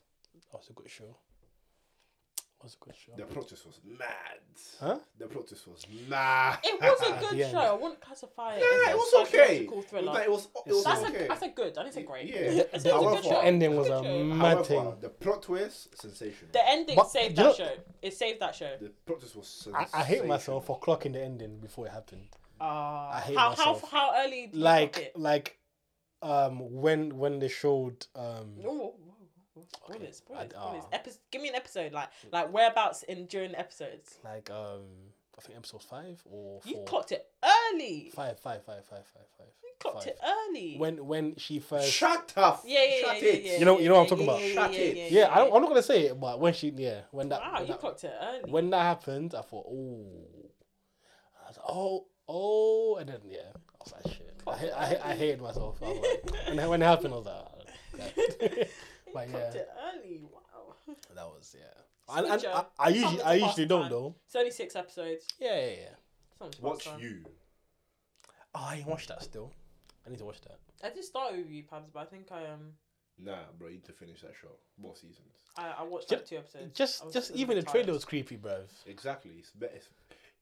That was a good show. That was a good show.
The plot twist was mad.
Huh?
The plot twist was mad. <laughs>
It was a
the
good
end.
show. I wouldn't classify it.
Yeah,
as a
it was okay.
psychological
It was,
Thriller.
like, it was, it was
that's,
okay.
a, that's a good. I didn't say great.
Yeah.
I said it was a
However-
good show.
The
ending was
Good
a
show.
mad
However,
thing.
the plot twist, sensational.
The ending
But-
saved
you
that
know-
show. It saved that show.
The plot twist was sensational.
I, I hate myself for clocking the ending before it happened.
Uh,
hate
how,
myself.
how how early? did you fuck
Like
it?
like um when when they showed um
Oh, whoa, whoa, whoa. Spoilers,
Okay.
spoilers,
I- ah.
spoilers.
uh.
Epi- give me an episode, like like whereabouts in during episodes.
like um I think episode five or
You
four.
clocked it early.
five, five, five, five, five, five.
You clocked
five.
it early.
When when she first
Shut up.
yeah, yeah, yeah,
Shut
yeah,
it.
yeah,
You know-
yeah,
you know what I'm
yeah,
talking
yeah,
about.
yeah,
Shut
yeah,
it.
yeah,
yeah, I don't, I'm not gonna say it, but when she yeah when that
Wow,
when
you
that,
clocked it early.
when that happened, I thought oh, I was like, oh oh, and then yeah, I was like shit. I hate, I, hate, I hated myself. I was
<laughs>
like, and then when it happened, I was <laughs> like, oh, okay.
You
but
clocked
yeah.
it early. Wow.
that was yeah. And, and
Snitcher.
I, I usually
Something
I
to
usually
pass
don't
time.
though.
It's only six episodes.
Yeah yeah yeah.
Something to pass
Watch
time.
you.
Oh, I ain't watched that still. I need to watch that.
I just started with you, Pabs, but I think I um
Nah, bro, you need to finish that show. More seasons.
I, I watched
Ju-
like two episodes.
Just
I was
just
a
even the
bit
trailer
tired.
was creepy, bruv.
Exactly. It's better. It's,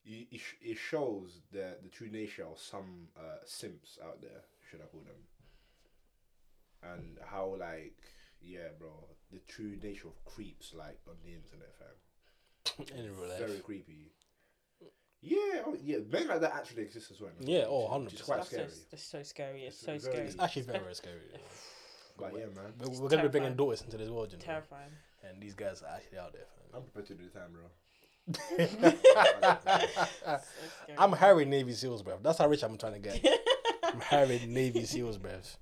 it, it sh- it shows the the true nature of some uh, simps out there. Should I call them? And how like yeah, bro, the true nature of creeps like on the internet, fam.
In real life.
very creepy. Yeah, oh, yeah, men like that actually exist as well.
Yeah, oh,
Which is
100%.
quite
That's
scary.
So, that's so scary. It's,
It's
so
very-
scary.
It's actually very, very scary.
But yeah, man,
We're, we're gonna be bringing
terrifying.
daughters into this world, you know.
Terrifying.
and these guys are actually out there. fam.
I'm prepared to do the time, bro.
So scary.
I'm hiring Navy SEAls, bruv. That's how rich I'm trying to
<laughs>
get. I'm hiring Navy SEAls, bruv.
Right.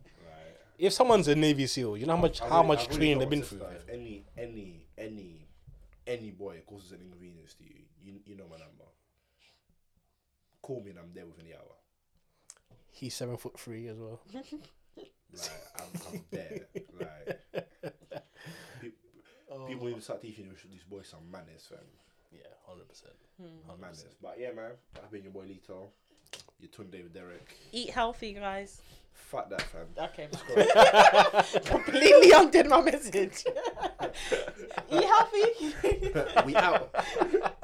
If someone's a Navy SEAL, you know how much
I've
how
already-
much
I've already
training
told
they've
my
been
sister,
through.
If any, any, any, any boy causes an inconvenience to you, you, you know my number. Call me and I'm there within the hour.
He's seven foot three as well.
Like I'm,
<laughs>
I'm there. Like pe-
Oh,
people even start teaching these- these boys some manners, fam.
yeah, hundred percent.
Hmm.
Manners. But yeah, man, I've been your boy Lito, your Tunde with Derek.
Eat healthy, guys.
Fuck that, fam.
<laughs> Okay. man.
Go on.
<laughs> Completely <laughs> undid my message. Eat healthy.
<laughs> we out. Ah.